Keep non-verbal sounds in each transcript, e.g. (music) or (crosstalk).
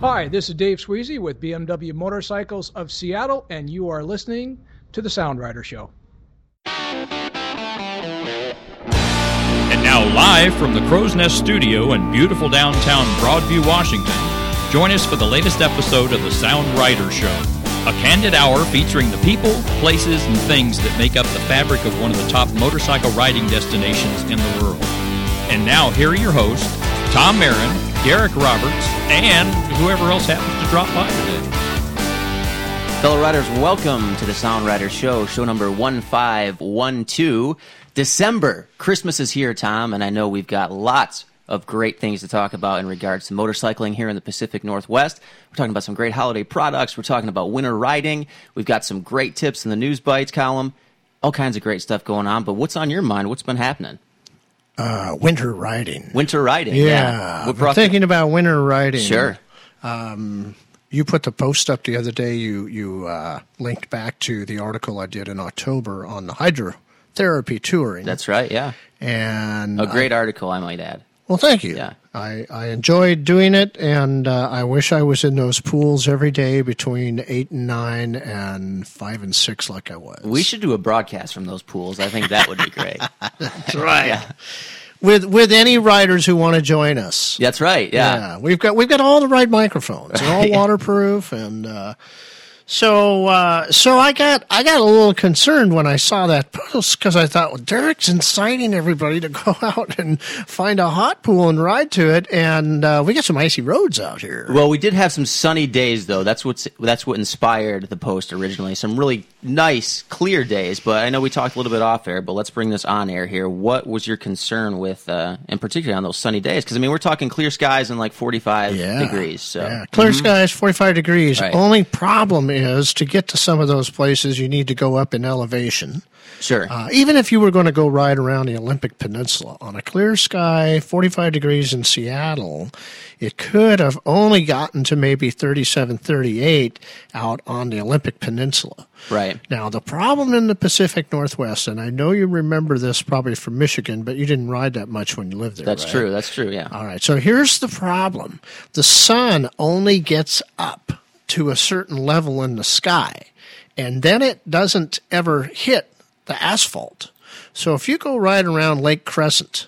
Hi, this is Dave Sweezy with BMW Motorcycles of Seattle, and you are listening to The Soundwriter Show. And now, live from the Crow's Nest Studio in beautiful downtown Broadview, Washington, join us for the latest episode of The Sound Writer Show, a candid hour featuring the people, places, and things that make up the fabric of one of the top motorcycle riding destinations in the world. And now, here are your hosts, Tom Marin, Derek Roberts, and whoever else happens to drop by today. Fellow riders, welcome to the Soundwriter Show, show number 1512. December, Christmas is here, Tom, and I know we've got lots of great things to talk about in regards to motorcycling here in the Pacific Northwest. We're talking about some great holiday products, we're talking about winter riding, we've got some great tips in the news bites column, all kinds of great stuff going on. But what's on your mind? What's been happening? Uh, winter riding. Winter riding. Yeah. Yeah. we're What brought thinking about winter riding. Sure. You put the post up the other day. You you uh, linked back to the article I did in October on the hydrotherapy touring. That's right. Yeah. and uh, A great article, I might add. Well, thank you. Yeah. I, I enjoyed doing it, and uh, I wish I was in those pools every day between 8 and 9 and 5 and 6 like I was. (laughs) We should do a broadcast from those pools. I think that would be great. That's right. With, with any riders who want to join us. That's right. yeah. We've got, we've got all the right microphones. (laughs) They're all waterproof, and uh, so uh, so I got I got a little concerned when I saw that post because I thought well, Derek's inciting everybody to (laughs) go out and find a hot pool and ride to it, and uh, we got some icy roads out here. Well, we did have some sunny days, though. That's what's that's what inspired the post originally. Some really nice, clear days. But I know we talked a little bit off air, but let's bring this on air here. What was your concern with, uh, in particular, on those sunny days? Because I mean, we're talking clear skies and like forty-five degrees. So Yeah, clear skies, 45 degrees. Mm-hmm. Right. Only problem is to get to some of those places, you need to go up in elevation. sure, Uh, even if you were going to go ride around the Olympic Peninsula on a clear sky, 45 degrees in Seattle, it could have only gotten to maybe 37, 38 out on the Olympic Peninsula. right. Now, the problem in the Pacific Northwest, and I know you remember this probably from Michigan, but you didn't ride that much when you lived there. That's right? Uh, true. That's true. Yeah. All right. So here's the problem the sun only gets up to a certain level in the sky, and then it doesn't ever hit the asphalt. So if you go right around Lake Crescent,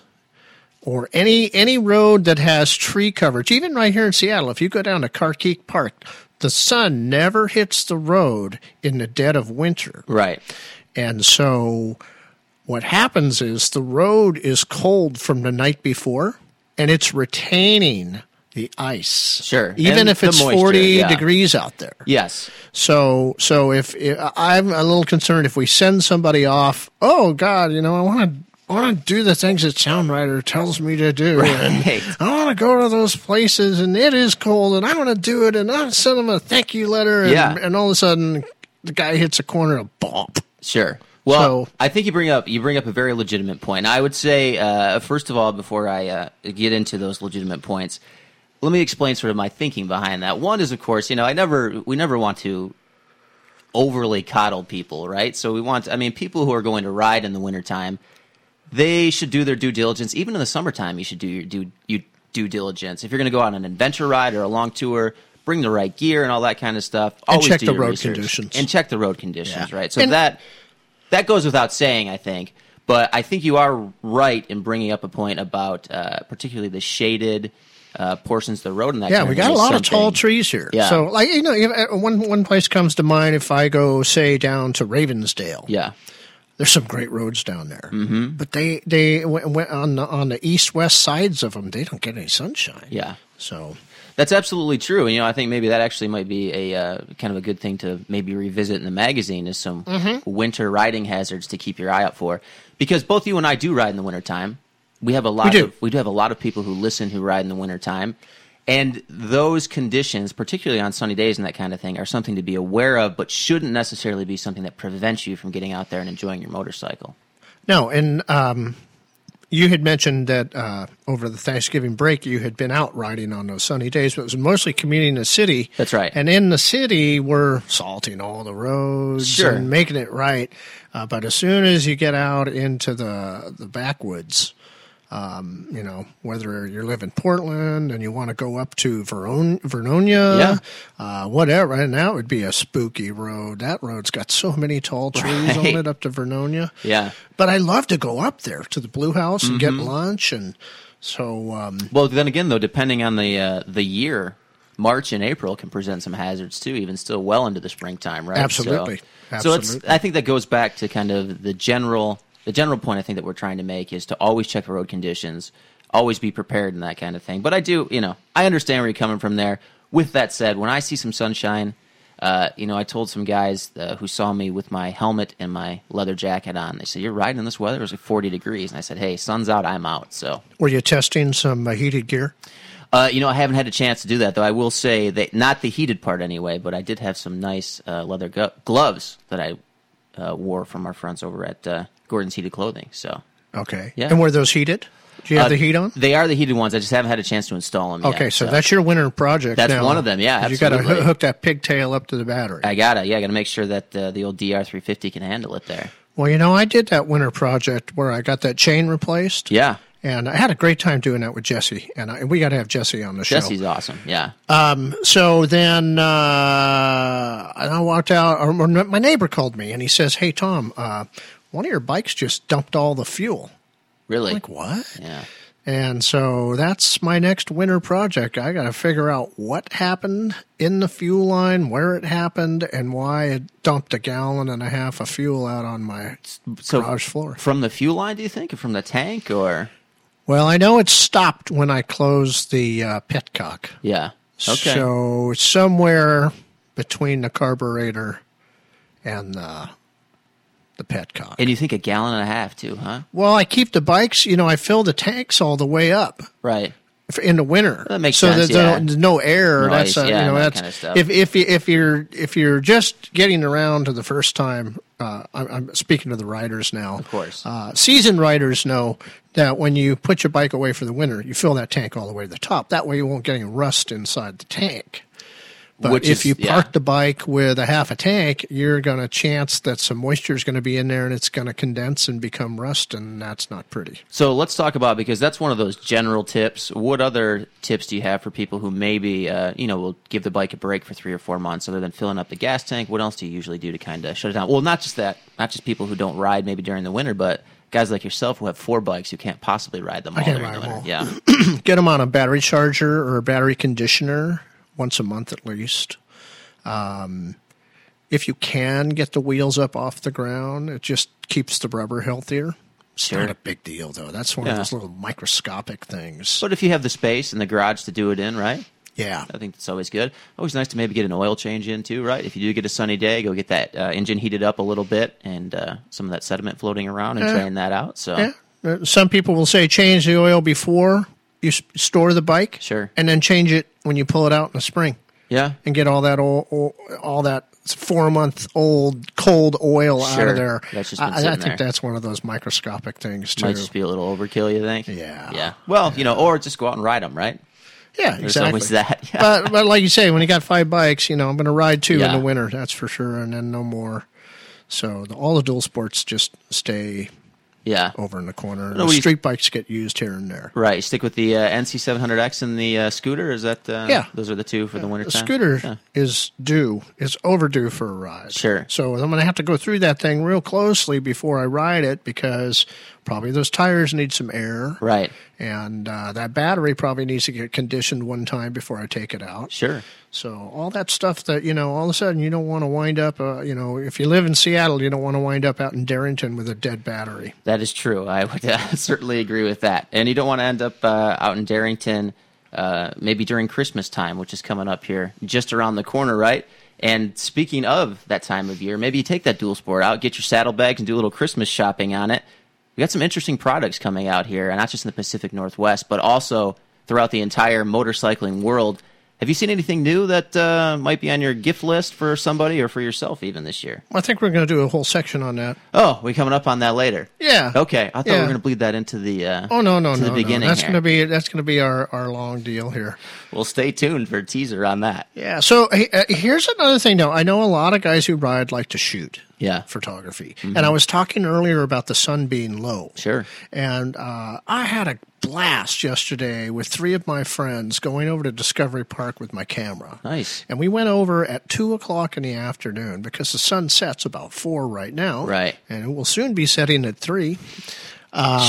or any any road that has tree coverage, even right here in Seattle, if you go down to Carkeek Park, the sun never hits the road in the dead of winter. Right. And so what happens is the road is cold from the night before and it's retaining the ice. Sure. Even And if the it's moisture, 40 yeah. degrees out there. Yes. So so if, if I'm a little concerned if we send somebody off, oh god, you know, I want to I want to do the things that Soundwriter tells me to do. and Right. I want to go to those places, and it is cold, and I want to do it, and I'll send them a thank you letter. And, Yeah. and all of a sudden, the guy hits a corner and bump. Sure. Well, So- I think you bring up you bring up a very legitimate point. And I would say uh, first of all, before I uh, get into those legitimate points, let me explain sort of my thinking behind that. One is, of course, you know, I never we never want to overly coddle people, right? So we want, I mean, people who are going to ride in the wintertime, they should do their due diligence. Even in the summertime, you should do your due, you, due diligence. If you're going to go on an adventure ride or a long tour, bring the right gear and all that kind of stuff. Always check do the your road research. conditions. And check the road conditions, Yeah. right? So And- that that goes without saying, I think. But I think you are right in bringing up a point about uh, particularly the shaded uh, portions of the road and that. Yeah, kind we thing got a is lot of tall something- trees here. Yeah. So, like you know, if, uh, one one place comes to mind if I go say down to Ravensdale. Yeah, There's some great roads down there, mm-hmm. but they they w- w- on the on the east west sides of them they don't get any sunshine. yeah. So That's absolutely true. And, you know, I think maybe that actually might be a uh, kind of a good thing to maybe revisit in the magazine is some winter riding hazards to keep your eye out for. Because both you and I do ride in the wintertime. We have a lot do. of we do have a lot of people who listen who ride in the wintertime. And those conditions, particularly on sunny days and that kind of thing, are something to be aware of, but shouldn't necessarily be something that prevents you from getting out there and enjoying your motorcycle. no, and um, you had mentioned that uh, over the Thanksgiving break you had been out riding on those sunny days, but it was mostly commuting the city. That's right. And in the city, we're salting all the roads Sure. and making it right. Uh, but as soon as you get out into the the backwoods, Um, you know, whether you live in Portland and you want to go up to Veron- Vernonia, uh, whatever. And that would be a spooky road. That road's got so many tall trees Right. on it up to Vernonia. Yeah. Mm-hmm. But I love to go up there to the Blue House and get lunch. And so, um, Well, then again, though, depending on the uh, the year, March and April can present some hazards too, even still well into the springtime, right? Absolutely. So, so it's. Absolutely. I think that goes back to kind of the general the general point. I think that we're trying to make is to always check the road conditions, always be prepared, and that kind of thing. But I do, you know, I understand where you're coming from there. With that said, when I see some sunshine. Uh, you know, I told some guys uh, who saw me with my helmet and my leather jacket on. They said, "You're riding in this weather. It was like 40 degrees." And I said, "Hey, sun's out. I'm out." So were you testing some uh, heated gear? uh, you know, I haven't had a chance to do that, though. I will say that not the heated part anyway, but I did have some nice uh, leather glo- gloves that I uh, wore from our friends over at uh, Gordon's Heated Clothing. So Okay. Yeah. And were those heated? Do you have Uh, the heat on? They are the heated ones. I just haven't had a chance to install them. yet, Okay, so, that's your winter project. That's now. one of them, yeah, You got to absolutely. hook that pigtail up to the battery. I gotta yeah, I gotta make sure that uh, the old DR350 can handle it there. well, you know, I did that winter project where I got that chain replaced. Yeah, And I had a great time doing that with Jesse, and I, we got to have Jesse on the show. Jesse's awesome. Yeah, Uh, So then, uh, and I walked out. Or or my neighbor called me, and he says, "Hey Tom, uh, one of your bikes just dumped all the fuel." really. Like what? yeah, And so that's my next winter project. I got to figure out what happened in the fuel line, where it happened, and why it dumped a gallon and a half of fuel out on my so garage floor. from the fuel line, do you think, or from the tank, or Well, I know it stopped when I closed the uh, petcock. yeah? Okay, So somewhere between the carburetor and the the petcock. and you think a gallon and a half too, huh? well, I keep the bikes. You know, I fill the tanks all the way up. Right. f- in the winter. That makes so sense, that there- yeah. there's no air. Noise, that's uh, yeah, you know that that's kinda stuff. if if you- if you're if you're just getting around to the first time. Uh, I'm, I'm speaking to the riders now. Of course. uh, seasoned riders know that when you put your bike away for the winter, you fill that tank all the way to the top. That way, you won't get any rust inside the tank. But Which if is- you yeah. park the bike with a half a tank, you're going to chance that some moisture is going to be in there and it's going to condense and become rust, and that's not pretty. So let's talk about because that's one of those general tips. What other tips do you have for people who maybe uh, you know will give the bike a break for three or four months, other than filling up the gas tank? What else do you usually do to kind of shut it down? Well, not just that, not just people who don't ride maybe during the winter, but guys like yourself who have four bikes who can't possibly ride them all can't during the ride winter. them all. Yeah, get them on a battery charger or a battery conditioner once a month at least. Um, if you can get the wheels up off the ground, it just keeps the rubber healthier. It's Sure. not a big deal though. That's one Yeah. of those little microscopic things. but if you have the space and the garage to do it in, right? yeah. I think that's always good. Always nice to maybe get an oil change in too, right? If you do get a sunny day, go get that uh, engine heated up a little bit and uh, some of that sediment floating around and drain that out. So Yeah. Uh, Some people will say change the oil before you s- store the bike. Sure. And then change it when you pull it out in the spring yeah. and get all that old, all that four month old cold oil out Sure. of there. That's just been I, I sitting think there. that's one of those microscopic things too. Might just be a little overkill, you think? Yeah. Yeah. Well, you know, or just go out and ride them, right? Yeah, exactly. always that, (laughs) yeah. But but like you say, when you got five bikes, you know I'm going to ride two Yeah. in the winter, that's for sure, and then no more. So the, all the dual sports just stay Yeah. over in the corner. No, the we- street bikes get used here and there. Right. Stick with the uh, NC700X and the uh, scooter. Is that? Uh, Yeah. Those are the two for the winter The time. scooter Yeah. is due, is overdue for a ride. Sure. So I'm going to have to go through that thing real closely before I ride it because probably those tires need some air. Right. And uh, that battery probably needs to get conditioned one time before I take it out. Sure. So all that stuff that you know, all of a sudden you don't want to wind up. Uh, you know, if you live in Seattle, you don't want to wind up out in Darrington with a dead battery. That is true. I would (laughs) uh, certainly agree with that. And you don't want to end up uh, out in Darrington, uh, maybe during Christmas time, which is coming up here just around the corner, right? And speaking of that time of year, maybe you take that dual sport out, get your saddlebags, and do a little Christmas shopping on it. We got some interesting products coming out here, and not just in the Pacific Northwest, but also throughout the entire motorcycling world. Have you seen anything new that uh, might be on your gift list for somebody or for yourself even this year? I think we're going to do a whole section on that. Oh, we coming up on that later. Yeah. Okay. I thought we were Yeah. going to bleed that into the. Uh, Oh no no to no! the no. beginning. That's here. going to be that's going to be our our long deal here. Well, stay tuned for a teaser on that. Yeah. So hey, uh, here's another thing. though. I know a lot of guys who ride like to shoot. Yeah. Mm-hmm. photography. And I was talking earlier about the sun being low. Sure. And uh, I had a blast yesterday with three of my friends going over to Discovery Park with my camera. Nice. And we went over at two o'clock in the afternoon because the sun sets about four right now. Right. And it will soon be setting at three.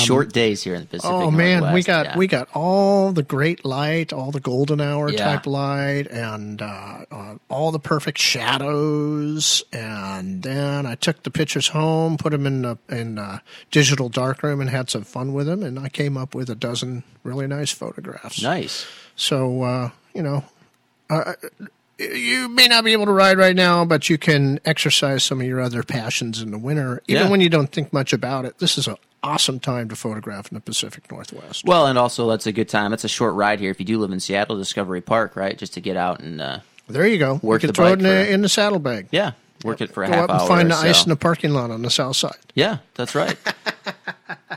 Short days here in the Pacific. Um, Oh man, we Northwest, got yeah. we got all the great light, all the golden hour Yeah. type light, and uh, uh, all the perfect shadows. And then I took the pictures home, put them in the in uh, digital darkroom, and had some fun with them. And I came up with a dozen really nice photographs. nice. So uh, you know, uh, you may not be able to ride right now, but you can exercise some of your other passions in the winter, even Yeah. when you don't think much about it. This is an awesome time to photograph in the Pacific Northwest. Well, and also that's a good time. That's a short ride here if you do live in Seattle, Discovery Park, right? Just to get out and uh, there you go. work you the can throw bike it in the, for- in the saddlebag. yeah, work it for a Go half up and hour. find or the ice so. in the parking lot on the south side. Yeah, that's (laughs) right.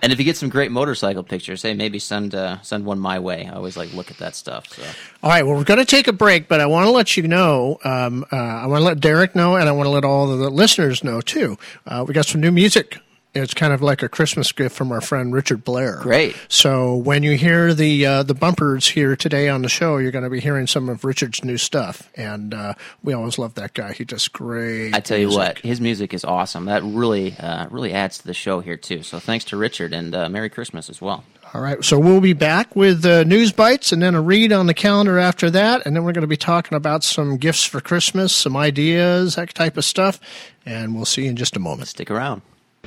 and if you get some great motorcycle pictures, hey, maybe send uh, send one my way. I always like look at that stuff. So All right, well, we're going to take a break, but I want to let you know. Um, uh, I want to let Derek know, and I want to let all the listeners know too. Uh, we got some new music. It's kind of like a Christmas gift from our friend Richard Blair. Great. So when you hear the uh, the bumpers here today on the show, you're going to be hearing some of Richard's new stuff, and uh, we always love that guy. He does great. I tell you music. what, his music is awesome. That really uh, really adds to the show here too. So thanks to Richard and uh, Merry Christmas as well. All right, so we'll be back with uh, news bites and then a read on the calendar after that. And then we're going to be talking about some gifts for Christmas, some ideas, that type of stuff. And we'll see you in just a moment. Stick around.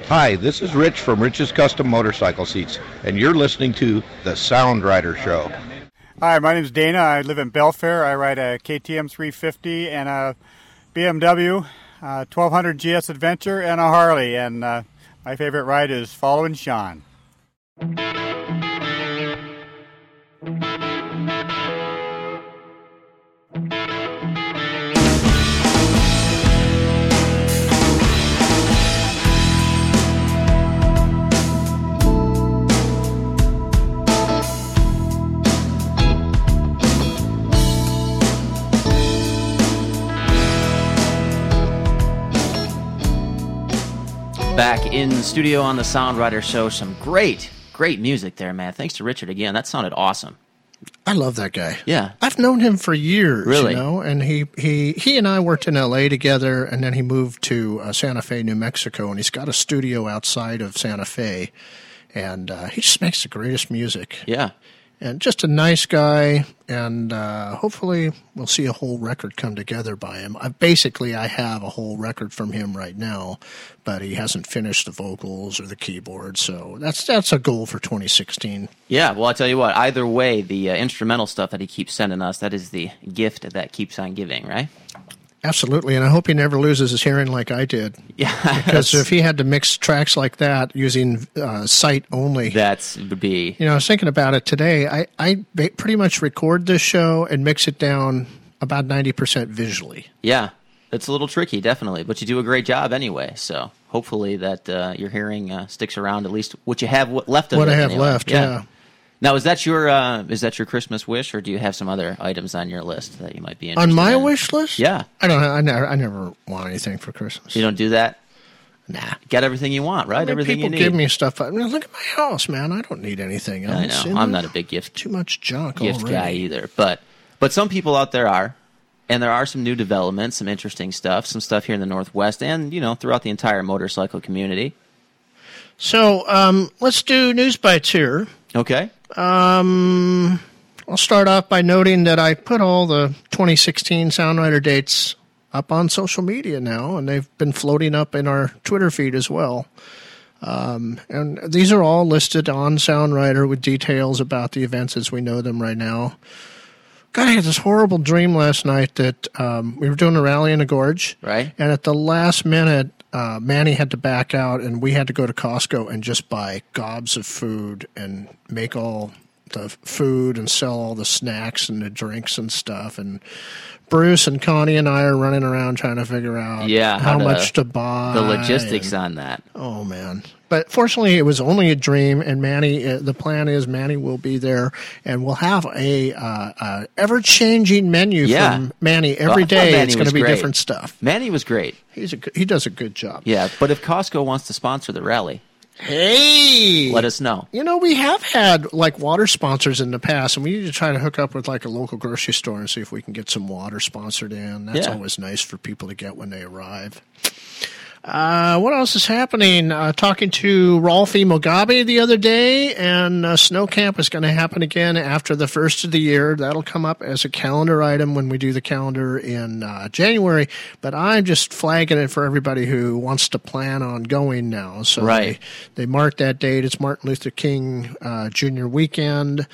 Hi, this is Rich from Rich's Custom Motorcycle Seats, and you're listening to The Sound Rider Show. Hi, my name's Dana. I live in Belfair. I ride a KTM 350 and a BMW uh, 1200 GS Adventure and a Harley. And uh, my favorite ride is Following Sean. Back in the studio on the Sound Rider Show, some great great music there, man. Thanks to Richard again. That sounded awesome. I love that guy. Yeah. I've known him for years, Really? you know, and he, he, he and I worked in LA together, and then he moved to uh, Santa Fe, New Mexico, and he's got a studio outside of Santa Fe, and uh, he just makes the greatest music. Yeah. and just a nice guy. And uh, hopefully, we'll see a whole record come together by him. I, basically, I have a whole record from him right now, but he hasn't finished the vocals or the keyboard. So that's that's a goal for 2016. Yeah, well, I tell you what. Either way, the uh, instrumental stuff that he keeps sending us—that is the gift that keeps on giving, right? (laughs) Absolutely, and I hope he never loses his hearing like I did. Yeah, Because if he had to mix tracks like that using uh, sight only, that's would be You know, I was thinking about it today. I, I ba- pretty much record this show and mix it down about 90% visually. Yeah, it's a little tricky, definitely, but you do a great job anyway. So hopefully that uh, your hearing uh, sticks around at least what you have what left of What it. I have anyway. left, yeah. Now is that your uh, is that your Christmas wish, or do you have some other items on your list that you might be interested on my in? wish list? Yeah. I don't know. I never, I never want anything for Christmas. You don't do that. nah. Get everything you want, right? I mean, everything you people need. give me stuff. I mean, look at my house, man. I don't need anything else. I know. you I'm not a big gift too much junk gift already. guy either, but but some people out there are, and there are some new developments, some interesting stuff, some stuff here in the Northwest, and you know throughout the entire motorcycle community. So um, let's do news bites here. Okay. I'll start off by noting that I put all the 2016 Soundwriter dates up on social media now, and they've been floating up in our Twitter feed as well. Um, and these are all listed on Soundwriter with details about the events as we know them right now. God, I had this horrible dream last night that um, we were doing a rally in the gorge. Right. And at the last minute, uh, Manny had to back out, and we had to go to Costco and just buy gobs of food and make all the food and sell all the snacks and the drinks and stuff. And Bruce and Connie and I are running around trying to figure out Yeah, how, how to- much to buy. The logistics and- on that. oh, man. But fortunately, it was only a dream, and Manny. Uh, the plan is Manny will be there, and we'll have a uh, uh, ever-changing menu Yeah. from Manny Well, I every thought day. Manny it's going was to be great. different stuff. Manny was great. He's a good, he does a good job. Yeah, but if Costco wants to sponsor the rally, Hey, let us know. You know, we have had like water sponsors in the past, and we need to try to hook up with like a local grocery store and see if we can get some water sponsored in. That's Yeah. always nice for people to get when they arrive. Uh, what else is happening? Uh, talking to Rolfie Mugabe the other day, and uh, Snow Camp is going to happen again after the first of the year. That'll come up as a calendar item when we do the calendar in uh, January. But I'm just flagging it for everybody who wants to plan on going now. So Right. they, they mark that date. It's Martin Luther King uh, Jr. weekend.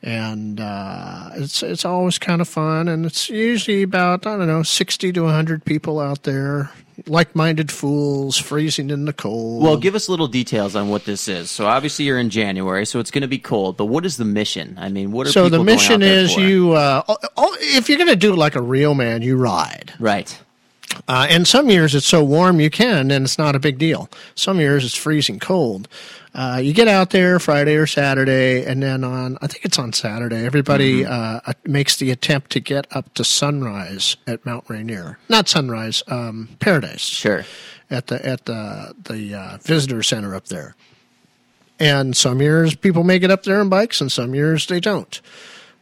And uh, it's it's always kind of fun, and it's usually about I don't know sixty to hundred people out there, like-minded fools freezing in the cold. Well, give us little details on what this is. So obviously you're in January, so it's going to be cold. But what is the mission? I mean, what are so the people going out mission there is for? you uh, oh, oh, if you're going to do it like a real man, you ride. right? Uh, and some years it's so warm you can, and it's not a big deal. Some years it's freezing cold. Uh, you get out there Friday or Saturday, and then on, I think it's on Saturday, everybody uh, uh, makes the attempt to get up to sunrise at Mount Rainier. Not sunrise, um, paradise. Sure. At the, at the, the uh, visitor center up there. And some years people make it up there on bikes, and some years they don't.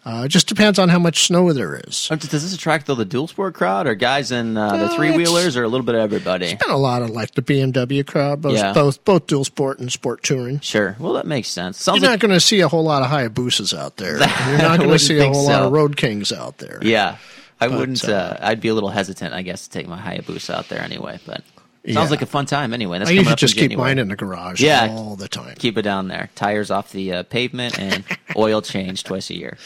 Uh, it just depends on how much snow there is. Um, Does this attract though the dual sport crowd or guys in uh, the No, three wheelers or a little bit of everybody? been a lot of like the BMW crowd, both Yeah. both, both dual sport and sport touring. Sure. Well, that makes sense. You're Sounds like not going to see a whole lot of Hayabusas (laughs) out there. You're not going to wouldn't see a think whole lot so. of Road Kings out there. yeah. I wouldn't. uh, Uh, I'd be a little hesitant, I guess, to take my Hayabusa out there anyway. But sounds Yeah. like a fun time anyway. That's I coming usually up in just keep January. mine in the garage Yeah. all the time. Keep it down there. Tires off the uh, pavement (laughs) and oil change twice a year.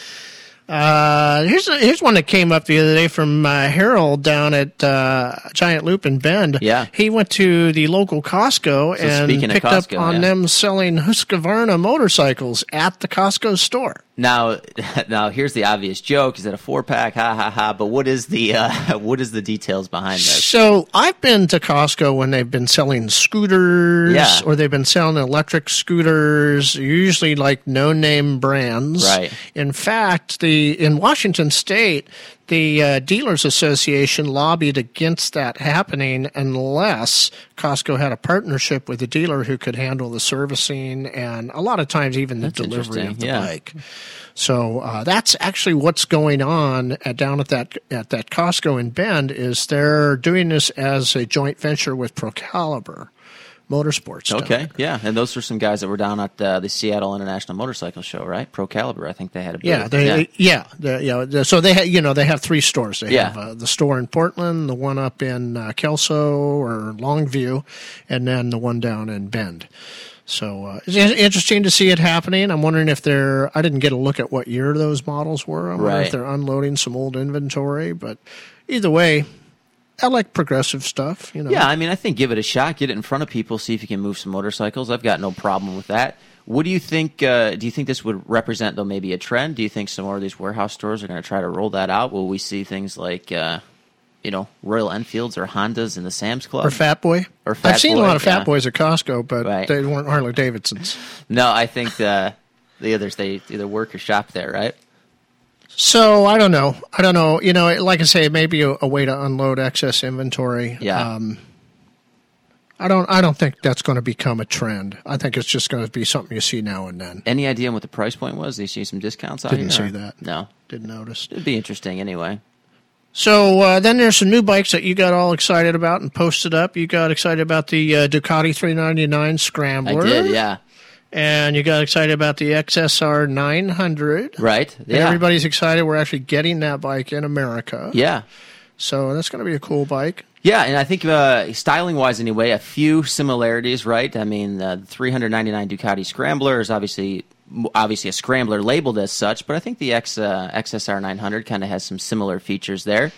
Uh, here's here's one that came up the other day from uh, Harold down at uh, Giant Loop in Bend. Yeah. he went to the local Costco and speaking of picked Costco, up on yeah. them selling Husqvarna motorcycles at the Costco store. Now, (laughs) now here's the obvious joke: is it a four pack? Ha ha ha! But what is the uh, (laughs) what is the details behind this? So I've been to Costco when they've been selling scooters Yeah. or they've been selling electric scooters, usually like no name brands. Right. In fact, the in Washington state, the uh, dealers association lobbied against that happening unless Costco had a partnership with a dealer who could handle the servicing and a lot of times even the delivery interesting, of the yeah. bike. So uh, that's actually what's going on at, down at that at that Costco in Bend is they're doing this as a joint venture with Procaliber Motorsports. down Okay, yeah, and those were some guys that were down at uh, the Seattle International Motorcycle Show, right? Pro Caliber, I think they had a booth. Yeah, they, yeah, they, yeah. the- so they, ha- you know, they have three stores. They Yeah. have uh, the store in Portland, the one up in uh, Kelso or Longview, and then the one down in Bend. So uh, it's in- interesting to see it happening. I'm wondering if they're. I didn't get a look at what year those models were. I'm wondering Right. if they're unloading some old inventory. But either way, I like progressive stuff. You know. Yeah, I mean, I think give it a shot, get it in front of people, see if you can move some motorcycles. I've got no problem with that. What do you think? Uh, do you think this would represent though maybe a trend? Do you think some more of these warehouse stores are going to try to roll that out? Will we see things like, uh, you know, Royal Enfields or Hondas in the Sam's Club? Or Fat Boy. Or Fat I've seen Boy, a lot of yeah. Fat Boys at Costco, but Right. they weren't Harley Davidsons. No, I think the the others they either work or shop there, right? So I don't know. I don't know. You know, like I say, it may be a, a way to unload excess inventory. Yeah. Um, I don't. I don't think that's going to become a trend. I think it's just going to be something you see now and then. Any idea what the price point was? Did you see some discounts on Didn't it, or- see that. No, Didn't notice. it'd be interesting anyway. So uh, then there's some new bikes that you got all excited about and posted up. You got excited about the uh, Ducati 399 I Scrambler. did, yeah. And you got excited about the XSR 900. Right, And yeah, Everybody's excited. We're actually getting that bike in America. yeah. So that's going to be a cool bike. Yeah, and I think uh, styling wise, anyway, a few similarities, right? I mean, uh, the 399 Ducati Scrambler is obviously obviously a scrambler labeled as such, but I think the X, uh, XSR 900 kind of has some similar features there.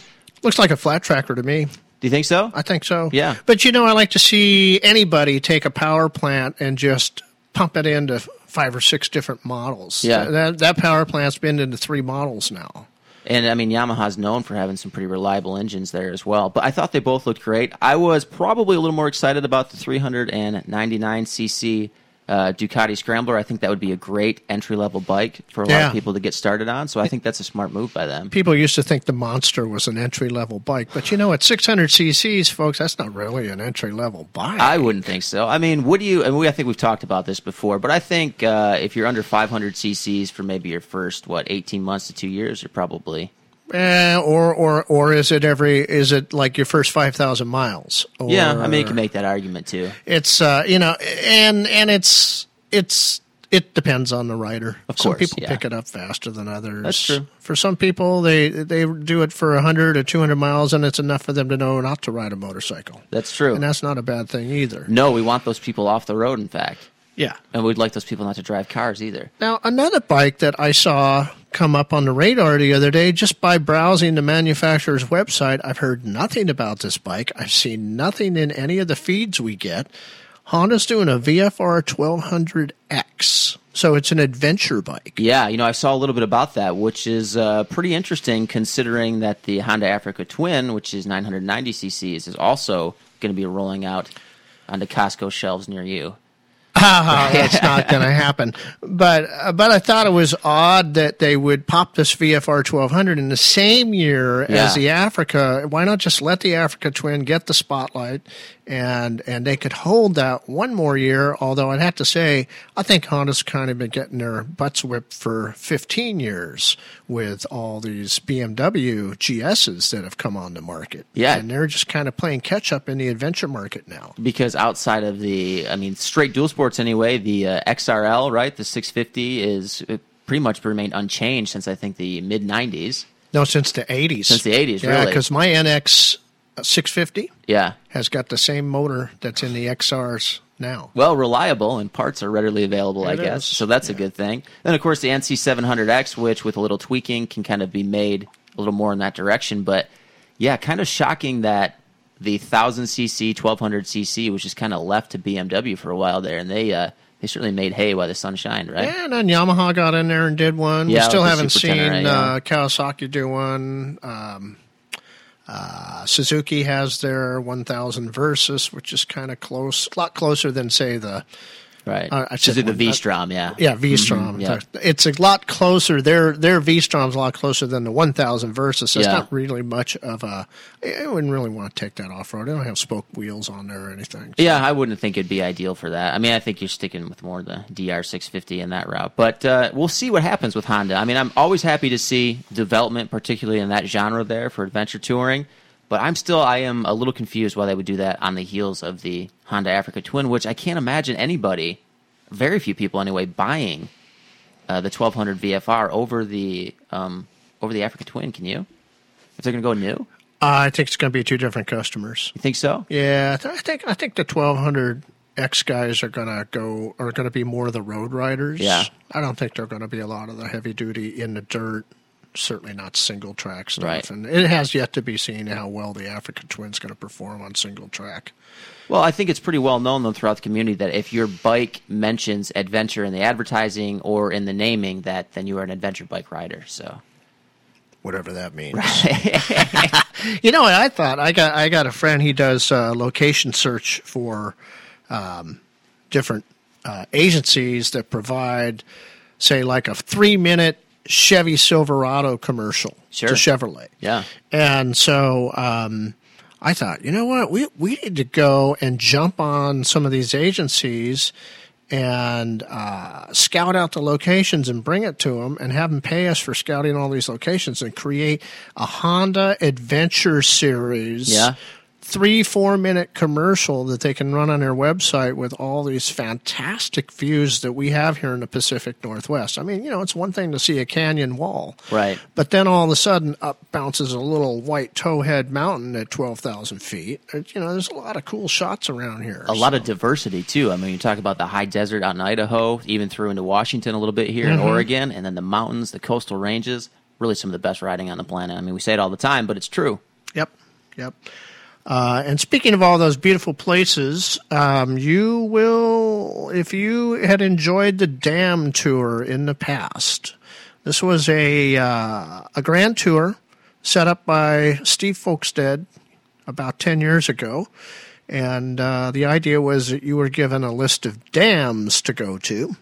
Looks like a flat tracker to me. Do you think so? I think so. Yeah. But you know, I like to see anybody take a power plant and just pump it into five or six different models. Yeah. That, that power plant's been into three models now. And I mean, Yamaha's known for having some pretty reliable engines there as well. But I thought they both looked great. I was probably a little more excited about the 399cc uh, Ducati Scrambler. I think that would be a great entry level bike for a lot Yeah. of people to get started on. So I think that's a smart move by them. People used to think the Monster was an entry level bike, but you know, at 600 cc's, folks, that's not really an entry level bike. I wouldn't think so. I mean, what do you? And we, I think we've talked about this before, but I think uh, if you're under 500 cc's for maybe your first what 18 months to two years, you're probably Eh, or or or is it every? Is it like your first five thousand miles? Or, yeah. I mean, you can make that argument too. it's uh, you know, and and it's it's it depends on the rider. Of some course, people yeah. pick it up faster than others. That's true. For some people, they they do it for hundred or two hundred miles, and it's enough for them to know not to ride a motorcycle. That's true. and that's not a bad thing either. no, we want those people off the road. In fact, Yeah. and we'd like those people not to drive cars either. Now, another bike that I saw come up on the radar the other day, just by browsing the manufacturer's website, I've heard nothing about this bike. I've seen nothing in any of the feeds we get. Honda's doing a VFR 1200X. So it's an adventure bike. Yeah, you know, I saw a little bit about that, which is uh, pretty interesting considering that the Honda Africa Twin, which is 990 cc's, is also going to be rolling out onto Costco shelves near you. (laughs) That's not going to happen. But uh, but I thought it was odd that they would pop this VFR 1200 in the same year Yeah. as the Africa. Why not just let the Africa Twin get the spotlight and and they could hold that one more year? Although I'd have to say I think Honda's kind of been getting their butts whipped for 15 years with all these BMW GSs that have come on the market. Yeah. and they're just kind of playing catch up in the adventure market now. because outside of the, I mean, straight dual sports anyway, the uh, XRL, right, the 650 is it pretty much remained unchanged since I think the mid 90s. No, since the eighties. Since the 80s, yeah. really. Because my NX six fifty Yeah. has got the same motor that's in the XRs now. Well, reliable and parts are readily available, I It guess. is. So that's a good thing. Then, of course, the NC700X, which with a little tweaking can kind of be made a little more in that direction. But yeah, kind of shocking that the 1000cc, 1200cc was just kind of left to BMW for a while there. And they, uh, they certainly made hay while the sun shined, right? And then Yamaha got in there and did one. Yeah, we still with the haven't Super seen 10R, yeah. uh, Kawasaki do one. Um, uh, Suzuki has their 1000 Versus, which is kind of close, a lot closer than, say, the Right. Uh, I said Suzuki- the one- V Strom, yeah. yeah V-Strom. Mm-hmm. yeah. It's a lot closer. Their their V-Strom's a lot closer than the 1000 Versus. It's Yeah. not really much of a. I wouldn't really want to take that off road. I don't have spoke wheels on there or anything. Yeah, I wouldn't think it'd be ideal for that. I mean, I think you're sticking with more of the DR650 and that route. But uh, we'll see what happens with Honda. I mean, I'm always happy to see development, particularly in that genre there for adventure touring. But I'm still, I am a little confused why they would do that on the heels of the Honda Africa Twin, which I can't imagine anybody, very few people anyway, buying uh, the 1200 VFR over the um, over the Africa Twin. Can you? If they're going to go new, Uh, I think it's going to be two different customers. you think so? Yeah, I th- I think I think the twelve hundred X guys are going to go are going to be more of the road riders. Yeah. I don't think they're going to be a lot of the heavy duty in the dirt. Certainly not single track stuff, Right. and it has yet to be seen how well the Africa Twin's going to perform on single track. Well, I think it's pretty well known though throughout the community that if your bike mentions adventure in the advertising or in the naming, that then you are an adventure bike rider. So whatever that means. (laughs) you know what I thought? I got I got a friend. He does uh, location search for um, different uh, agencies that provide, say, like a three minute Chevy Silverado commercial Sure. to Chevrolet. Yeah. and so. Um, I thought, you know what, we we need to go and jump on some of these agencies and uh, scout out the locations and bring it to them and have them pay us for scouting all these locations and create a Honda Adventure Series. Yeah. Three, four minute commercial that they can run on their website with all these fantastic views that we have here in the Pacific Northwest. I mean, you know, it's one thing to see a canyon wall. Right. But then all of a sudden, up bounces a little white towhead mountain at 12,000 feet. It- You know, there's a lot of cool shots around here. a lot of diversity too. I mean, you talk about the high desert out in Idaho, even through into Washington a little bit here in Oregon, and then the mountains, the coastal ranges. Really, some of the best riding on the planet. I mean, we say it all the time, but it's true. Yep. Yep. Uh, and speaking of all those beautiful places, um, you will, if you had enjoyed the dam tour in the past, this was a, uh, a grand tour set up by Steve Folkstead about 10 years ago. And uh, the idea was that you were given a list of dams to go to.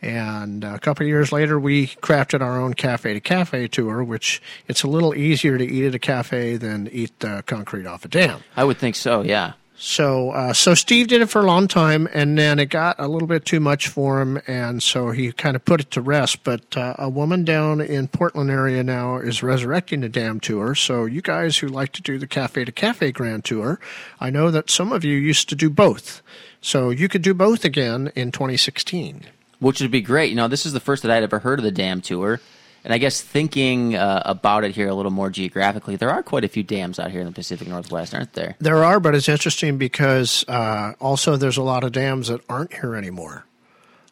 And a couple of years later, we crafted our own cafe to cafe tour, which it's a little easier to eat at a cafe than eat the concrete off a dam. I would think so. Yeah. So, uh, so Steve did it for a long time, and then it got a little bit too much for him, and so he kind of put it to rest. But uh, a woman down in Portland area now is resurrecting the dam tour. So, you guys who like to do the cafe to cafe grand tour, I know that some of you used to do both. So, you could do both again in 2016. which would be great. You know, this is the first that I'd ever heard of the dam tour, and I guess thinking uh, about it here a little more geographically, there are quite a few dams out here in the Pacific Northwest, aren't there? There are, but it's interesting because uh, also there's a lot of dams that aren't here anymore,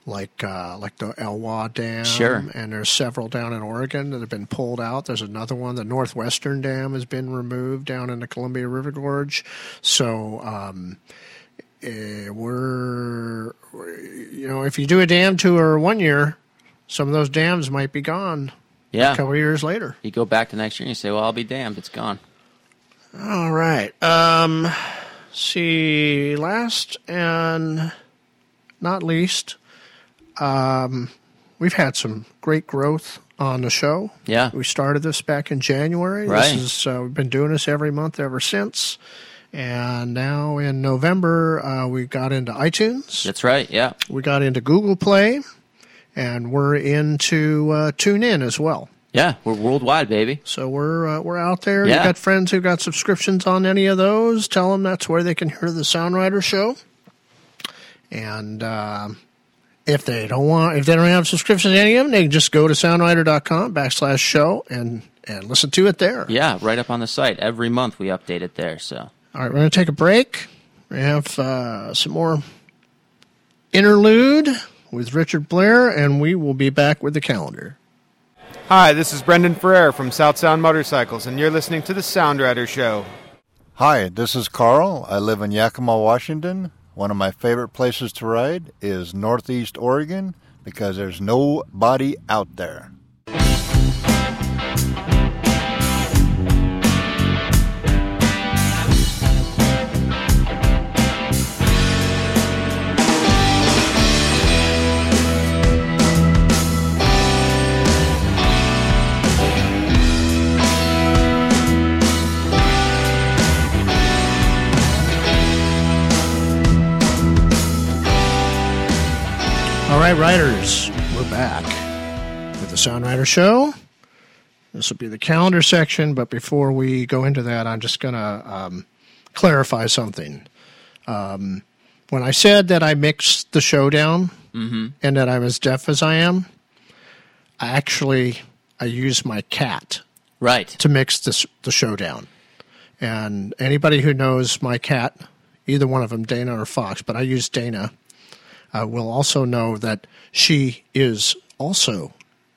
like uh, like the Elwha Dam. Sure. And there's several down in Oregon that have been pulled out. There's another one. The Northwestern Dam has been removed down in the Columbia River Gorge. So. Um, eh, we're, you know, if you do a dam tour one year, some of those dams might be gone a Yeah. couple of years later. You go back to next year and you say, "Well, I'll be damned, it's gone." All right. Um, see, last and not least, um, we've had some great growth on the show. Yeah. we started this back in January. Right. This is uh, we've been doing this every month ever since, and now in November uh, we got into iTunes. That's right. Yeah. We got into Google Play, and we're into uh, TuneIn as well. Yeah. We're worldwide, baby. So we're uh, we're out there. You Yeah. got friends who got subscriptions on any of those? Tell them that's where they can hear the Soundwriter show. And um if they don't want, if they don't have subscriptions to any of them, they can just go to soundwriter.com backslash show and and listen to it there. Yeah. Right up on the site every month. We update it there. So All right, we're going to take a break. We have uh, some more interlude with Richard Blair, and we will be back with the calendar. Hi, this is Brendan Ferrer from South Sound Motorcycles, and you're listening to The Soundwriter Show. Hi, this is Carl. I live in Yakima, Washington. One of my favorite places to ride is Northeast Oregon because there's nobody out there. All right, writers, we're back with the Soundwriter Show. This will be the calendar section, but before we go into that, I'm just going to um, clarify something. Um, when I said that I mixed the show down and that I'm as deaf as I am, I actually I use my cat right. to mix this, the show down. And anybody who knows my cat, either one of them, Dana or Fox, but I use Dana, uh, will also know that she is also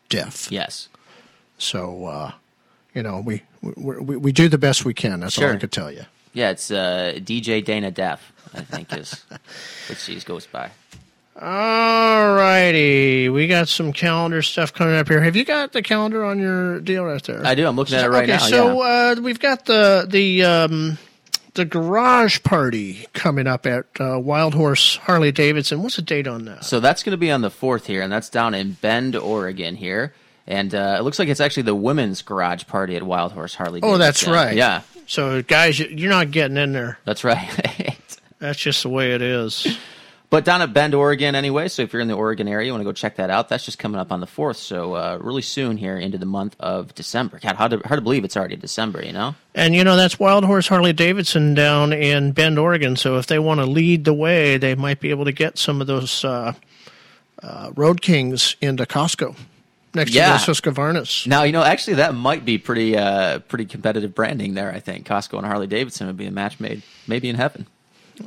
deaf. Yes. So, uh, you know, we, we, we, we do the best we can. That's all I Sure. could tell you. Yeah. It's uh, DJ Dana Deaf. I think (laughs) is what she goes by. All righty. We got some calendar stuff coming up here. Have you got the calendar on your deal right there? I do. I'm looking at it right okay, now. so yeah. uh, we've got the the um, the garage party coming up at uh, Wild Horse Harley Davidson. What's the date on that? So that's going to be on the fourth here, and that's down in Bend, Oregon here. And uh, it looks like it's actually the women's garage party at Wild Horse Harley. Oh, that's right. Yeah, So guys, you- you're not getting in there. that's right. (laughs) That's just the way it is. but down at Bend, Oregon, anyway. So if you're in the Oregon area, you want to go check that out. That's just coming up on the fourth. So uh, really soon here into the month of December. God, hard to, hard to believe it's already December. You know? And you know that's Wild Horse Harley Davidson down in Bend, Oregon. So if they want to lead the way, they might be able to get some of those uh, uh, Road Kings into Costco next Yeah. to the Susquevarnas. Now you know actually that might be pretty uh, pretty competitive branding there. I think Costco and Harley Davidson would be a match made maybe in heaven.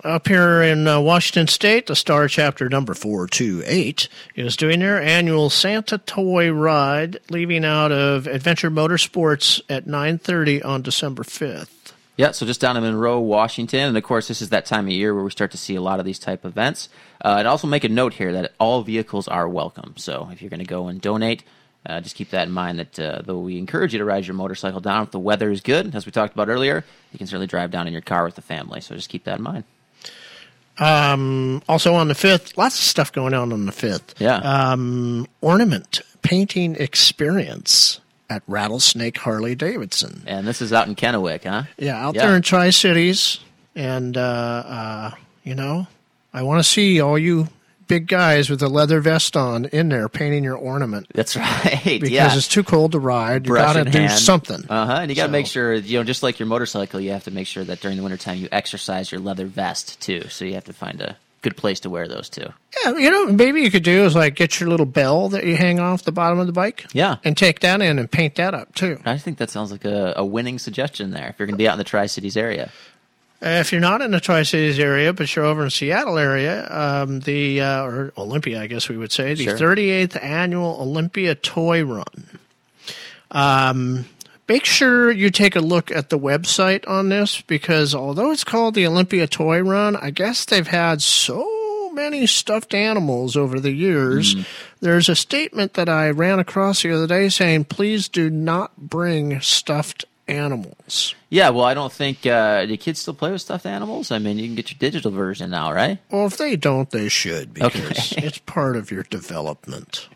up here in uh, Washington State, the Star Chapter number 428 is doing their annual Santa Toy Ride, leaving out of Adventure Motorsports at 9:30 on December 5th. Yeah, so just down in Monroe, Washington, and of course this is that time of year where we start to see a lot of these type events. Uh, and also make a note here that all vehicles are welcome. So if you're going to go and donate, uh, just keep that in mind. That uh, though we encourage you to ride your motorcycle down if the weather is good, as we talked about earlier, you can certainly drive down in your car with the family. So just keep that in mind. Um, also on the 5th, lots of stuff going on on the 5th. Yeah. Um, ornament painting experience at Rattlesnake Harley Davidson. And this is out in Kennewick, huh? Yeah, out there in Tri Cities, and uh, uh, you know, I want to see all you big guys with a leather vest on in there painting your ornament That's (laughs) right. because yeah. it's too cold to ride. You Brush got to in do hand. something. Uh huh. And you got to So- make sure, you know, just like your motorcycle, you have to make sure that during the wintertime you exercise your leather vest too. So you have to find a good place to wear those too. Yeah, you know, maybe you could do is like get your little bell that you hang off the bottom of the bike. Yeah. and take that in and paint that up too. I think that sounds like a, a winning suggestion there if you're going to be out in the Tri Cities area. Uh, If you're not in the Tri Cities area, but you're over in Seattle area, um, the uh, or Olympia, I guess we would say, the Sure. 38th annual Olympia Toy Run. Um, make sure you take a look at the website on this because although it's called the Olympia Toy Run, I guess they've had so many stuffed animals over the years. There's a statement that I ran across the other day saying, "Please do not bring stuffed animals." Yeah, well, I don't think uh, do kids still play with stuffed animals. I mean, you can get your digital version now, right? Well, if they don't, they should because it's part of your development.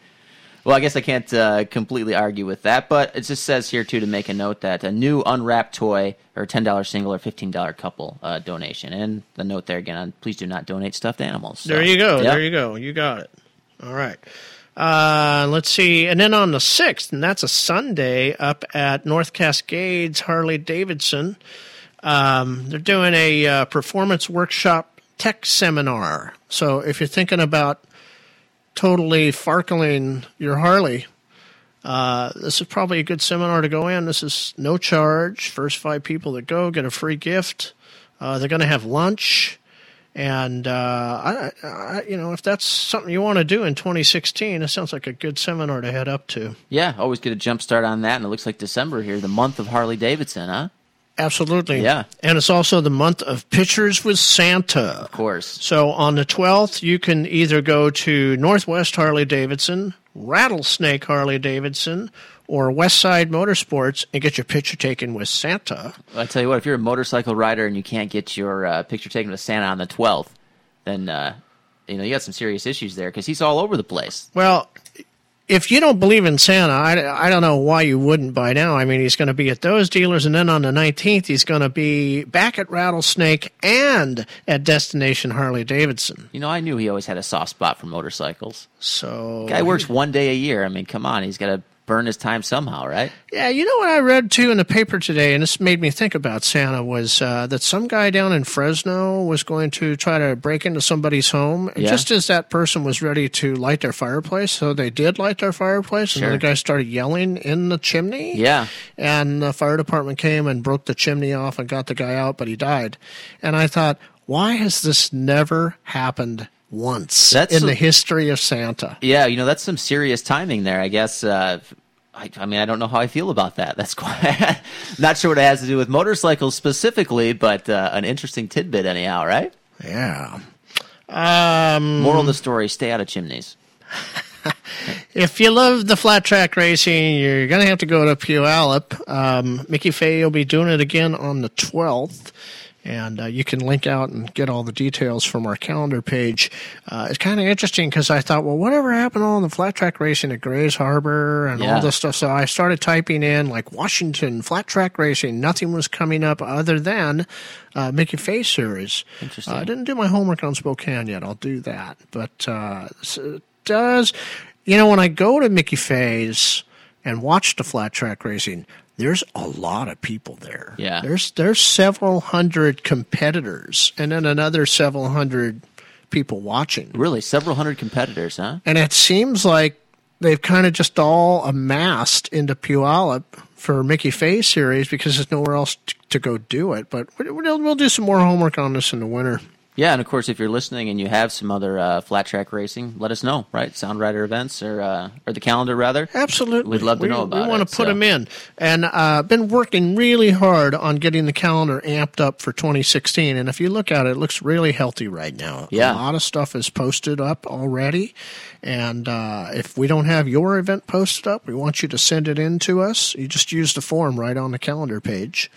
Well, I guess I can't uh, completely argue with that, but it just says here too to make a note that a new unwrapped toy or ten dollar single or fifteen dollar couple uh, donation, and the note there again: on, please do not donate stuffed animals. So, There you go. yeah. There you go. You got it. All right. Uh, let's see. And then on the 6th, and that's a Sunday up at North Cascades Harley Davidson, um, they're doing a uh, performance workshop tech seminar. So if you're thinking about totally farkling your Harley, uh, this is probably a good seminar to go in. This is no charge. First five people that go get a free gift. Uh, they're going to have lunch. And uh, I, I, you know, if that's something you want to do in 2016, it sounds like a good seminar to head up to. Yeah, always get a jump start on that, and it looks like December here, the month of Harley Davidson, huh? Absolutely. Yeah. And it's also the month of pictures with Santa. Of course. So on the 12th, you can either go to Northwest Harley Davidson, Rattlesnake Harley Davidson, or West Side Motorsports and get your picture taken with Santa. I tell you what, if you're a motorcycle rider and you can't get your uh, picture taken with Santa on the 12th, then uh, you know you got some serious issues there because he's all over the place. Well, if you don't believe in Santa, I, I don't know why you wouldn't by now. I mean, he's going to be at those dealers, and then on the 19th, he's going to be back at Rattlesnake and at Destination Harley Davidson. You know, I knew he always had a soft spot for motorcycles. So, Guy works one day a year. I mean, come on, he's got to burn his time somehow, right? yeah, you know what I read too in the paper today, and this made me think about Santa, was uh, that some guy down in Fresno was going to try to break into somebody's home. And Yeah. just as that person was ready to light their fireplace, so they did light their fireplace, and Sure. the guy started yelling in the chimney. Yeah. and the fire department came and broke the chimney off and got the guy out, but he died. And I thought, why has this never happened once That's in a- the history of Santa? Yeah, you know, that's some serious timing there, I guess. Uh, I, I mean, I don't know how I feel about that. That's (laughs) quite. Not sure what it has to do with motorcycles specifically, but uh, an interesting tidbit, anyhow, right? Yeah. Um, Moral of the story stay out of chimneys. if you love the flat track racing, you're going to have to go to Puyallup. Um, Mickey Fay will be doing it again on the 12th. And uh, you can link out and get all the details from our calendar page. Uh, it's kind of interesting because I thought, well, whatever happened on the flat track racing at Grays Harbor and Yeah. all this stuff? So I started typing in like Washington flat track racing. Nothing was coming up other than uh, Mickey Fay series. Interesting. I didn't do my homework on Spokane yet. I'll do that. But uh, so it does you know when I go to Mickey Fay's and watch the flat track racing? There's a lot of people there. Yeah. There's there's several hundred competitors and then another several hundred people watching. Really, several hundred competitors, huh? And it seems like they've kind of just all amassed into Puyallup for Mickey Faye series because there's nowhere else t- to go do it. But we- we'll, we'll do some more homework on this in the winter. Yeah, and of course, if you're listening and you have some other uh, flat track racing, let us know, right? Soundwriter events or uh, or the calendar rather. Absolutely. We'd love to we, know about We want it, to put so. them in. And uh, been working really hard on getting the calendar amped up for 2016. And if you look at it, it looks really healthy right now. Yeah. A lot of stuff is posted up already. And uh, if we don't have your event posted up, we want you to send it in to us. You just use the form right on the calendar page.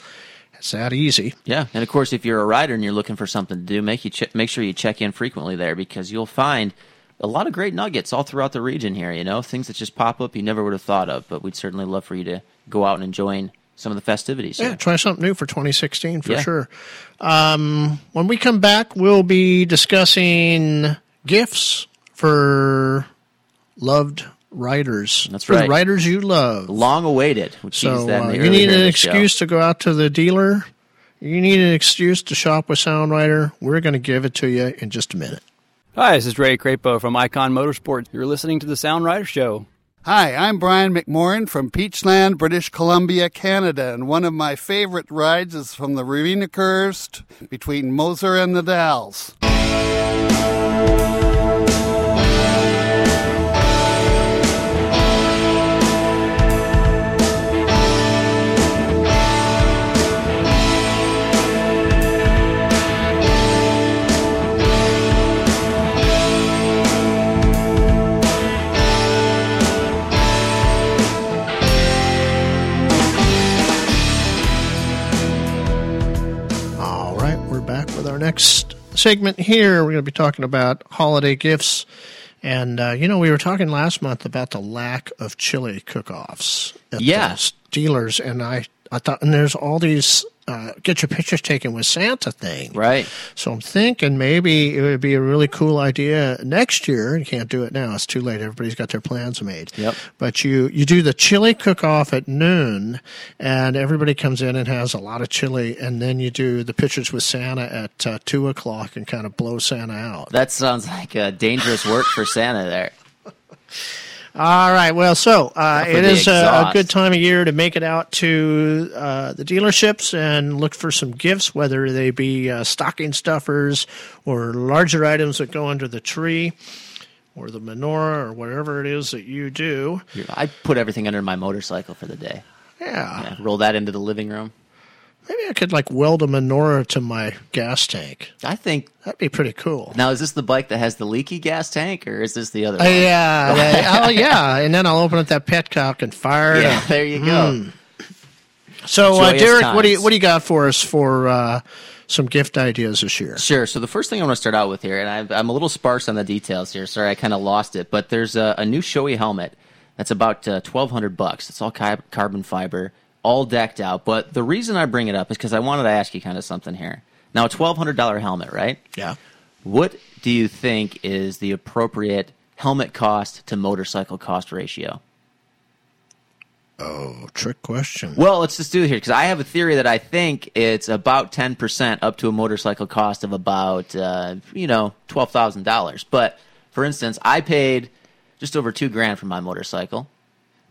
It's that easy. Yeah, and of course, if you're a rider and you're looking for something to do, make you che- make sure you check in frequently there because you'll find a lot of great nuggets all throughout the region here. You know, things that just pop up you never would have thought of, but we'd certainly love for you to go out and enjoy some of the festivities. Yeah, here. try something new for 2016 for Yeah. sure. Um, when we come back, we'll be discussing gifts for loved writers. That's for the right. writers you love. long awaited. We so teased that in uh, the you early need here in an the excuse Show. to go out to the dealer. You need an excuse to shop with Soundwriter. We're going to give it to you in just a minute. Hi, this is Ray Crapo from Icon Motorsports. You're listening to the Sound Rider Show. Hi, I'm Brian McMorrin from Peachland, British Columbia, Canada, and one of my favorite rides is from the Ravina Curves t- between Moser and the Dalles. All right, we're back with our next segment here. We're going to be talking about holiday gifts. And, uh, you know, we were talking last month about the lack of chili cook offs at Yeah. the Steelers. And I, I thought, and there's all these uh, get your pictures taken with Santa thing. Right. So I'm thinking maybe it would be a really cool idea next year. You can't do it now; it's too late. Everybody's got their plans made. Yep. But you you do the chili cook off at noon, and everybody comes in and has a lot of chili, and then you do the pictures with Santa at uh, two o'clock and kind of blow Santa out. That sounds like a dangerous work for Santa there. All right. Well, so uh, it the is a, a exhaust. good time of year to make it out to uh, the dealerships and look for some gifts, whether they be uh, stocking stuffers or larger items that go under the tree or the menorah or whatever it is that you do. I put everything under my motorcycle for the day. Yeah. Yeah, roll that into the living room. Maybe I could like weld a menorah to my gas tank. I think That'd be pretty cool. now is this the bike that has the leaky gas tank, or is this the other? Uh, one? yeah. yeah. oh, yeah. And then I'll open up that petcock and fire it Yeah, up. there you Hmm. go. So, uh, Joyous Derek, what do you times. what do you got for us for uh, some gift ideas this year? Sure. So the first thing I want to start out with here, and I've, I'm a little sparse on the details here. Sorry, I kind of lost it. But there's a, a new showy helmet that's about uh, 1,200 bucks. It's all ki- carbon fiber, all decked out. But the reason I bring it up is because I wanted to ask you kind of something here. Now, a $1,200 helmet, right? Yeah. What do you think is the appropriate helmet cost to motorcycle cost ratio? Oh, trick question. Well, let's just do it here because I have a theory that I think it's about ten percent up to a motorcycle cost of about uh, you know twelve thousand dollars. But for instance, I paid just over two grand for my motorcycle.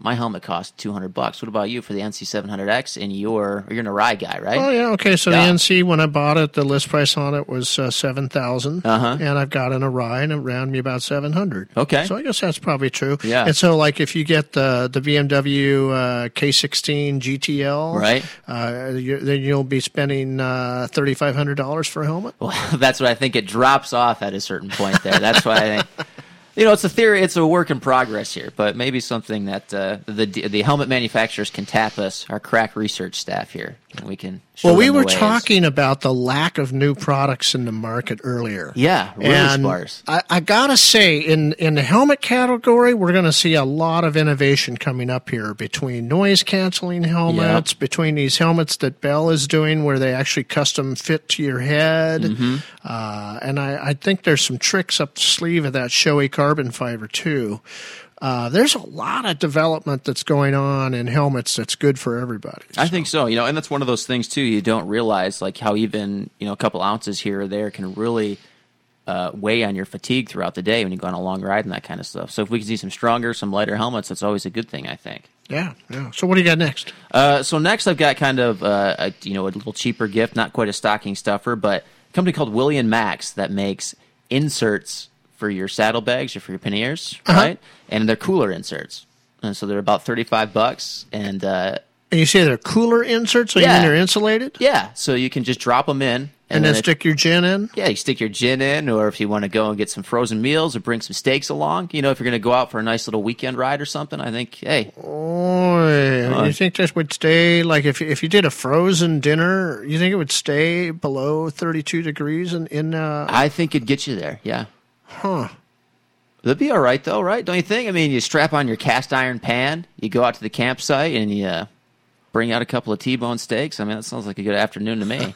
My helmet cost two hundred bucks. What about you for the NC seven hundred X? And you're you're an Arai guy, right? Oh yeah, okay. So Yeah. the NC when I bought it, the list price on it was uh, seven Uh-huh. and I've got an Orion around me about seven hundred. Okay. so I guess that's probably true. Yeah. and so like if you get the the BMW uh, K16 GTL, Right. uh, you, then you'll be spending uh, thirty five hundred dollars for a helmet. Well, (laughs) that's what I think. It drops off at a certain point there. That's why I think. You know, it's a theory. It's a work in progress here, but maybe something that uh, the the helmet manufacturers can tap us, our crack research staff here, and we can. Show Well, we them the were ways. talking about the lack of new products in the market earlier. Yeah, really and sparse. I, I gotta say, in in the helmet category, we're gonna see a lot of innovation coming up here between noise canceling helmets, between these helmets that Bell is doing, where they actually custom fit to your head, Mm-hmm. uh, and I, I think there's some tricks up the sleeve of that showy carbon fiber too. Uh, there's a lot of development that's going on in helmets that's good for everybody. I think so. You know, and that's one of those things too. You don't realize like how even you know a couple ounces here or there can really uh, weigh on your fatigue throughout the day when you go on a long ride and that kind of stuff. So if we can see some stronger, some lighter helmets, that's always a good thing. I think. Yeah, yeah. So what do you got next? Uh, so next, I've got kind of uh, a you know a little cheaper gift, not quite a stocking stuffer, but company called William Max that makes inserts for your saddlebags or for your panniers, Uh-huh. right? And they're cooler inserts, and so they're about thirty-five bucks, and uh, And you say they're cooler inserts, so you Yeah. mean they're insulated? yeah, so you can just drop them in, And, then it- stick your gin in? Yeah, you stick your gin in, or if you want to go and get some frozen meals or bring some steaks along. You know, if you're going to go out for a nice little weekend ride or something, I think, hey, Boy, Uh, you think this would stay like if if you did a frozen dinner? You think it would stay below thirty two degrees in in uh, I think it'd get you there. Yeah. huh? That'd be all right, though, right? Don't you think? I mean, you strap on your cast iron pan, you go out to the campsite, and you uh, bring out a couple of T-bone steaks. I mean, that sounds like a good afternoon to (laughs) me.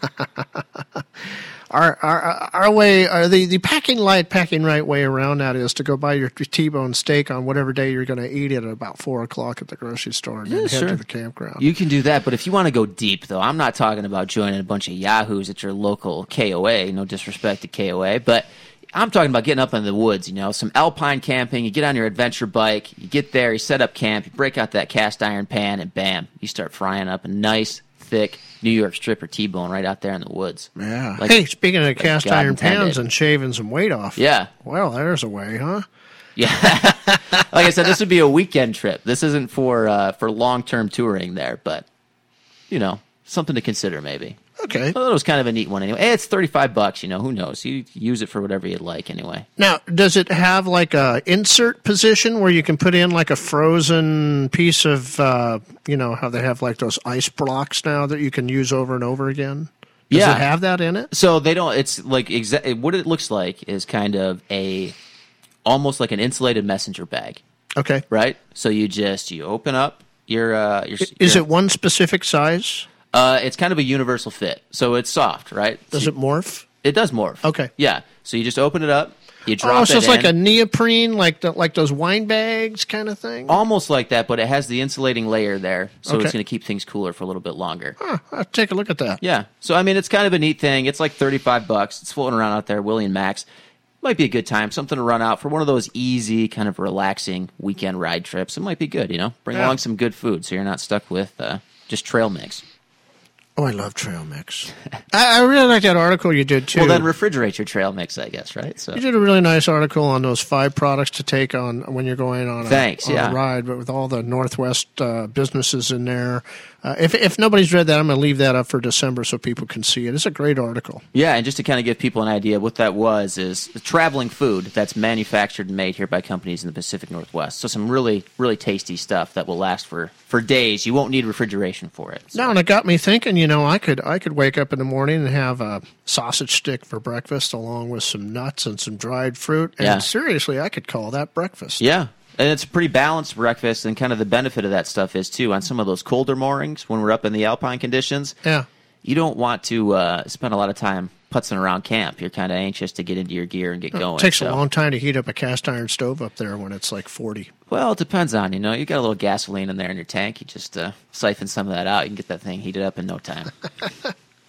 Our our uh, our way, our, the the packing light, packing right way around that is to go buy your T-bone steak on whatever day you're going to eat it at about four o'clock at the grocery store, and Yeah, then head sure. to the campground. you can do that, but if you want to go deep, though, I'm not talking about joining a bunch of yahoos at your local KOA. No disrespect to KOA, but I'm talking about getting up in the woods. You know, some alpine camping. You get on your adventure bike, you get there, you set up camp, you break out that cast iron pan, and bam, you start frying up a nice, thick New York stripper T-bone right out there in the woods. Yeah. Like- hey, speaking of cast God iron intended. pans and shaving some weight off. Yeah. Well, there's a way, huh? like I said, this would be a weekend trip. This isn't for uh, for long term touring there, but you know, something to consider maybe. Okay. I thought it was kind of a neat one anyway. Eh, It's thirty five bucks, you know. Who knows? You use it for whatever you'd like anyway. Now, does it have like a insert position where you can put in like a frozen piece of, uh, you know, how they have like those ice blocks now that you can use over and over again? Does Yeah. it have that in it? So they don't. It's like exactly what it looks like is kind of a almost like an insulated messenger bag, Okay. right? So you just you open up your uh your Is your- it one specific size? uh it's kind of a universal fit, so it's soft, right? Does So it morph? It does morph. Okay. Yeah. So you just open it up. You drop Oh, so it it's like in. a neoprene, like the, like those wine bags kind of thing. almost like that, but it has the insulating layer there, so Okay. it's going to keep things cooler for a little bit longer. Huh, I'll Oh, take a look at that. Yeah. So I mean, it's kind of a neat thing. It's like thirty-five bucks. It's floating around out there. William Max might be a good time. Something to run out for one of those easy, kind of relaxing weekend ride trips. It might be good. You know, bring Yeah. along some good food, so you're not stuck with uh, just trail mix. Oh, I love trail mix. (laughs) I, I really like that article you did too. Well, then refrigerate your trail mix, I guess. Right. So You did a really nice article on those five products to take on when you're going on a, Thanks, on yeah. a ride, but with all the Northwest uh, businesses in there. Uh, if, if nobody's read that, I'm going to leave that up for December so people can see it. It's a great article. Yeah, and just to kind of give people an idea, what that was is traveling food that's manufactured and made here by companies in the Pacific Northwest. So some really, really tasty stuff that will last for, for days. You won't need refrigeration for it. No, and it got me thinking. You know, I could I could wake up in the morning and have a sausage stick for breakfast, along with some nuts and some dried fruit. And Yeah. seriously, I could call that breakfast. Yeah, and it's a pretty balanced breakfast, and kind of the benefit of that stuff is too on some of those colder mornings when we're up in the alpine conditions. Yeah. You don't want to uh, spend a lot of time putzing around camp. You're kind of anxious to get into your gear and get going. It takes a so- long time to heat up a cast iron stove up there when it's like 40. Well, it depends on you know. You got a little gasoline in there in your tank. You just uh, siphon some of that out. You can get that thing heated up in no (laughs) time.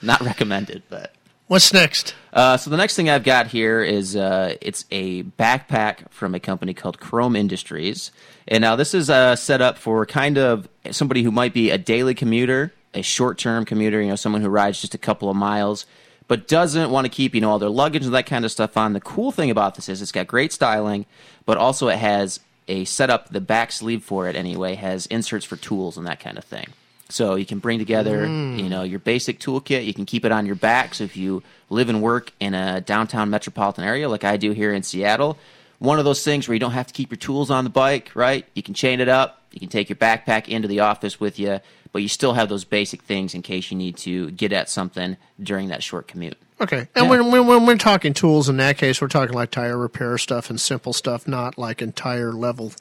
Not recommended, but. What's next? Uh, so the next thing I've got here is uh, it's a backpack from a company called Chrome Industries, and now this is uh, set up for kind of somebody who might be a daily commuter, a short-term commuter, you know, someone who rides just a couple of miles, but doesn't want to keep you know all their luggage and that kind of stuff on. The cool thing about this is it's got great styling, but also it has a setup. The back sleeve for it anyway has inserts for tools and that kind of thing. So you can bring together, you know, your basic toolkit. You can keep it on your back. So if you live and work in a downtown metropolitan area, like I do here in Seattle, one of those things where you don't have to keep your tools on the bike, right? You can chain it up. You can take your backpack into the office with you, but you still have those basic things in case you need to get at something during that short commute. Okay, and when, when when we're talking tools, in that case, we're talking like tire repair stuff and simple stuff, not like entire level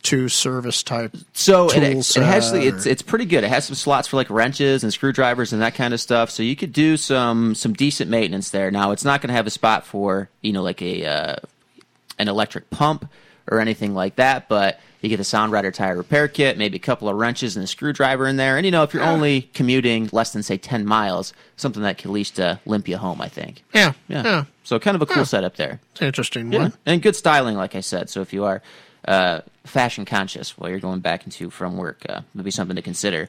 two service type. So it, tools, it has the, uh, it's it's pretty good. It has some slots for like wrenches and screwdrivers and that kind of stuff. So you could do some some decent maintenance there. Now it's not going to have a spot for you know like a uh, an electric pump or anything like that, but you get the Soundrider tire repair kit, maybe a couple of wrenches and a screwdriver in there. And you know if you're only commuting less than say ten miles, something that can at least uh, limp you home. I think. yeah, Yeah. yeah, So kind of a cool Yeah. setup there. It's an interesting Yeah, one. and good styling, like I said. So if you are uh, fashion conscious while you're going back into from work, uh, maybe something to consider.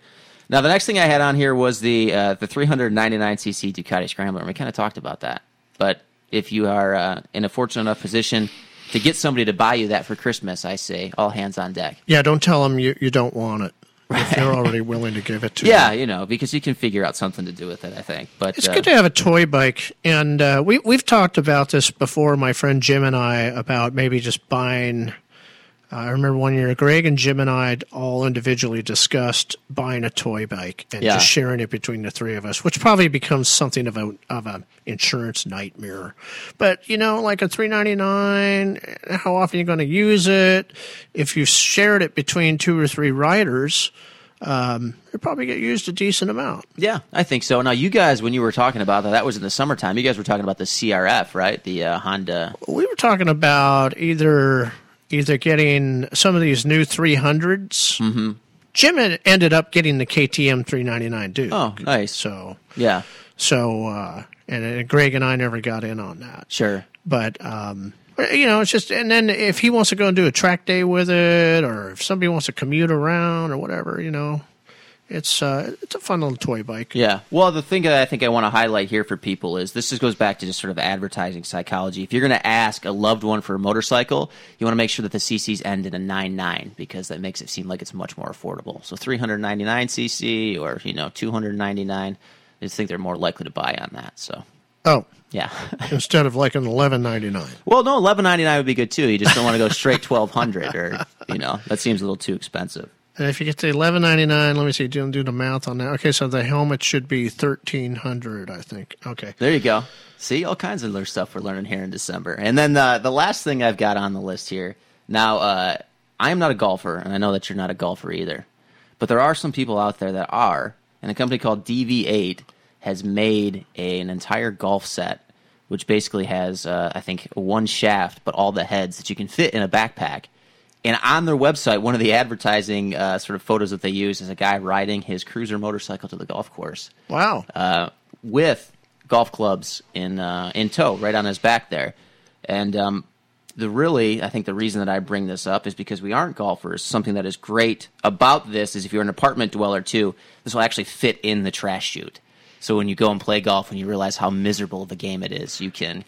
Now, the next thing I had on here was the uh, the 399cc Ducati Scrambler, and we kind of talked about that. But if you are uh, in a fortunate enough position to get somebody to buy you that for Christmas, I say all hands on deck. Yeah, don't tell them you, you don't want it. (laughs) If they're already willing to give it to yeah, you know, because you can figure out something to do with it. I think, but uh, It's good to have a toy bike, and uh, we we've talked about this before. My friend Jim and I about maybe just buying. uh, I remember one year, Greg and Jim and I all individually discussed buying a toy bike and Yeah. just sharing it between the three of us, which probably becomes something of a of an insurance nightmare. But you know, like a three ninety nine, how often you're going to use it? If you shared it between two or three riders, um, it probably get used a decent amount. Yeah, I think so. Now, you guys, when you were talking about that, that was in the summertime. You guys were talking about the CRF, right? The uh, Honda. we were talking about either either getting some of these new 300s. Mm-hmm. Jim en- ended up getting the KTM 399 Duke. Oh, nice. So Yeah, so uh, and, uh, Greg and I never got in on that. sure. But um, you know, it's just and then if he wants to go and do a track day with it, or if somebody wants to commute around or whatever, you know, it's uh, it's a fun little toy bike. Yeah. Well, the thing that I think I want to highlight here for people is this just goes back to just sort of advertising psychology. If you're going to ask a loved one for a motorcycle, you want to make sure that the CCs end in a 99 because that makes it seem like it's much more affordable. So 399 CC or, you know, 299, I just think they're more likely to buy on that. So, Oh, yeah. (laughs) instead of like an 1199. Well, no, eleven ninety nine would be good too. You just don't want to go straight twelve hundred, or you know, that seems a little too expensive. And if you get to eleven ninety nine, let me see, do do the math on that. Okay, so the helmet should be thirteen hundred, I think. Okay. There you go. See, all kinds of other stuff we're learning here in December. And then uh, the last thing I've got on the list here. Now, uh, I am not a golfer, and I know that you're not a golfer either. But there are some people out there that are, and a company called DV8 has made a, an entire golf set, which basically has, uh, I think, one shaft, but all the heads that you can fit in a backpack. And on their website, one of the advertising uh, sort of photos that they use is a guy riding his cruiser motorcycle to the golf course Wow. uh, with golf clubs in uh, in tow, right on his back there. And um, the really, I think the reason that I bring this up is because we aren't golfers. Something that is great about this is if you're an apartment dweller too, this will actually fit in the trash chute. So when you go and play golf and you realize how miserable of a game it is, you can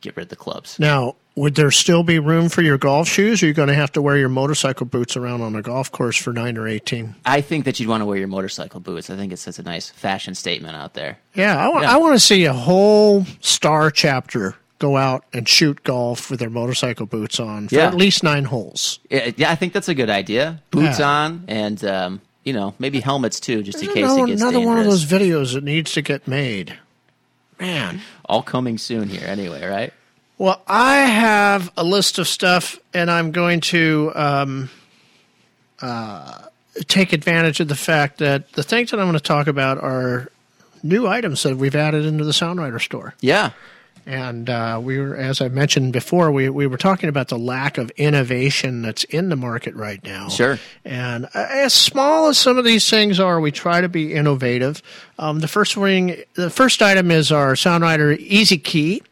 get rid of the clubs. Now, would there still be room for your golf shoes? Or are you gonna have to wear your motorcycle boots around on a golf course for nine or eighteen? I think that you'd want to wear your motorcycle boots. I think it's such a nice fashion statement out there. Yeah, I want I wanna see a whole star chapter go out and shoot golf with their motorcycle boots on for Yeah. at least nine holes. Yeah, yeah, I think that's a good idea. Boots Yeah. on, and um, you know, maybe helmets too, just in I case don't know, it gets another dangerous. one of those videos that needs to get made. Man. All coming soon here, anyway, right? Well, I have a list of stuff, and I'm going to um, uh, take advantage of the fact that the things that I'm going to talk about are new items that we've added into the Soundwriter store. Yeah, And uh, we were, as I mentioned before, we, we were talking about the lack of innovation that's in the market right now. Sure. And uh, as small as some of these things are, we try to be innovative. Um, the first thing, the first item is our Soundwriter Easy Key.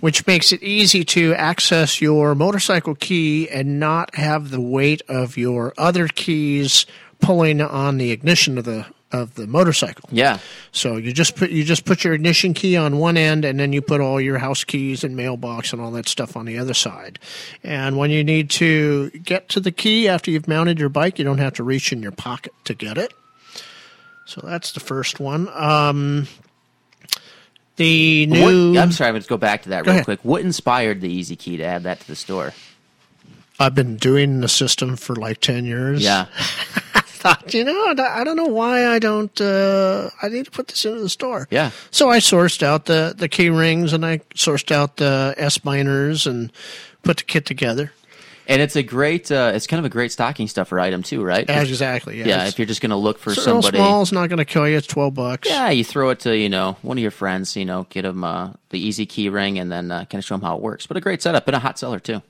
Which makes it easy to access your motorcycle key and not have the weight of your other keys pulling on the ignition of the of the motorcycle. yeah, So you just put you just put your ignition key on one end, and then you put all your house keys and mailbox and all that stuff on the other side. And when you need to get to the key after you've mounted your bike, you don't have to reach in your pocket to get it. So that's the first one. Um, the What- new I'm sorry, I'm going to go back to that Go real ahead. quick. What inspired the Easy Key to add that to the (laughs) store? I've been doing the system for like ten years. Yeah, thought, you know, I I don't know why I don't. Uh, I need to put this into the store. Yeah. So I sourced out the the key rings and I sourced out the S miners and put the kit together. and it's a great, uh, it's kind of a great stocking stuffer item too, right? Yeah, exactly. Yeah. Yeah, It's- if you're just going to look for it's real somebody, small. It's not going to kill you. It's twelve bucks. yeah, you throw it to you know one of your friends, you know, get them uh, the Easy Key ring, and then uh, kind of show them how it works. But a great setup and a hot seller too.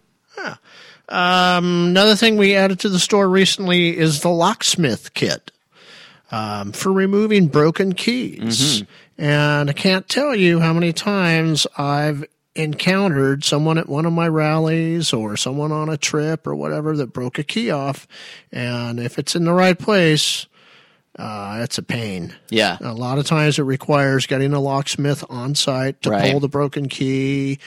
Um, another thing we added to the store recently is the locksmith kit um, for removing broken keys. Mm-hmm. And I can't tell you how many times I've encountered someone at one of my rallies or someone on a trip or whatever that broke a key off. And if it's in the right place, uh, it's a pain. Yeah. A lot of times it requires getting a locksmith on site to Right. pull the broken key.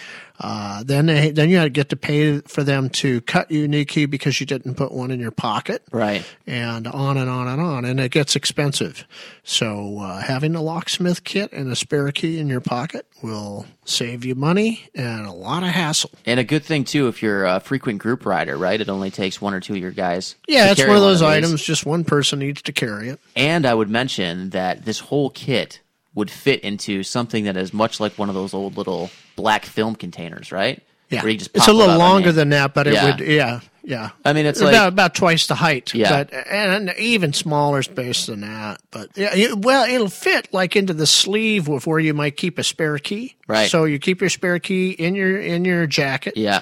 Uh, then they, then you had to get to pay for them to cut you a new key because you didn't put one in your pocket. Right. And on and on and on, and it gets expensive. So uh, having a locksmith kit and a spare key in your pocket will save you money and a lot of hassle. And a good thing too if you're a frequent group rider, right? It only takes one or two of your guys. Yeah, to it's carry one of those these. items. Just one person needs to carry it. And I would mention that this whole kit would fit into something that is much like one of those old little black film containers, right? Yeah, Where you just it's pop a it little up, I longer mean. than that, but it Yeah. would. Yeah, yeah. I mean, it's about like- about twice the height. Yeah. but, and even smaller space than that. But yeah, you- well, it'll fit like into the sleeve with where you might keep a spare key. Right. So you keep your spare key in your in your jacket Yeah,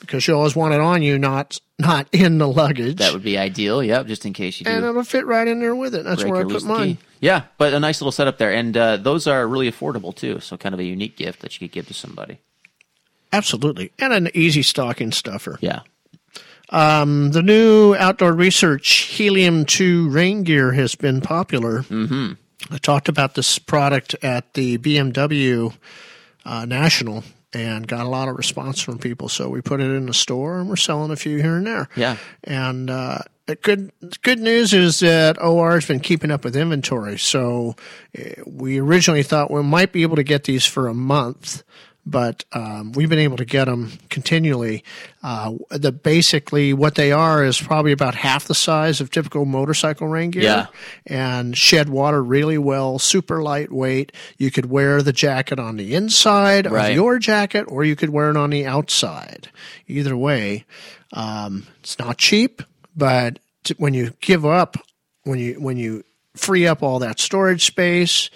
because you always want it on you, not not in the luggage. that would be ideal. Yep, just in case you do. and it'll fit right in there with it. That's break where I or lose put the key. mine. Yeah, but a nice little setup there, and uh, those are really affordable too. So kind of a unique gift that you could give to somebody. Absolutely, and an easy stocking stuffer. Yeah. Um, the new outdoor research helium two rain gear has been popular. Mm-hmm. I talked about this product at the BMW uh, National and got a lot of response from people. So we put it in the store and we're selling a few here and there. Yeah. And uh, the good the good news is that OR has been keeping up with inventory. So eh, we originally thought we might be able to get these for a month, but um, we've been able to get them continually. Uh, the basically what they are is probably about half the size of typical motorcycle rain gear Yeah. and shed water really well, super lightweight. You could wear the jacket on the inside Right. of your jacket, or you could wear it on the outside. Either way, um, it's not cheap, but t- when you give up, when you when you free up all that storage space,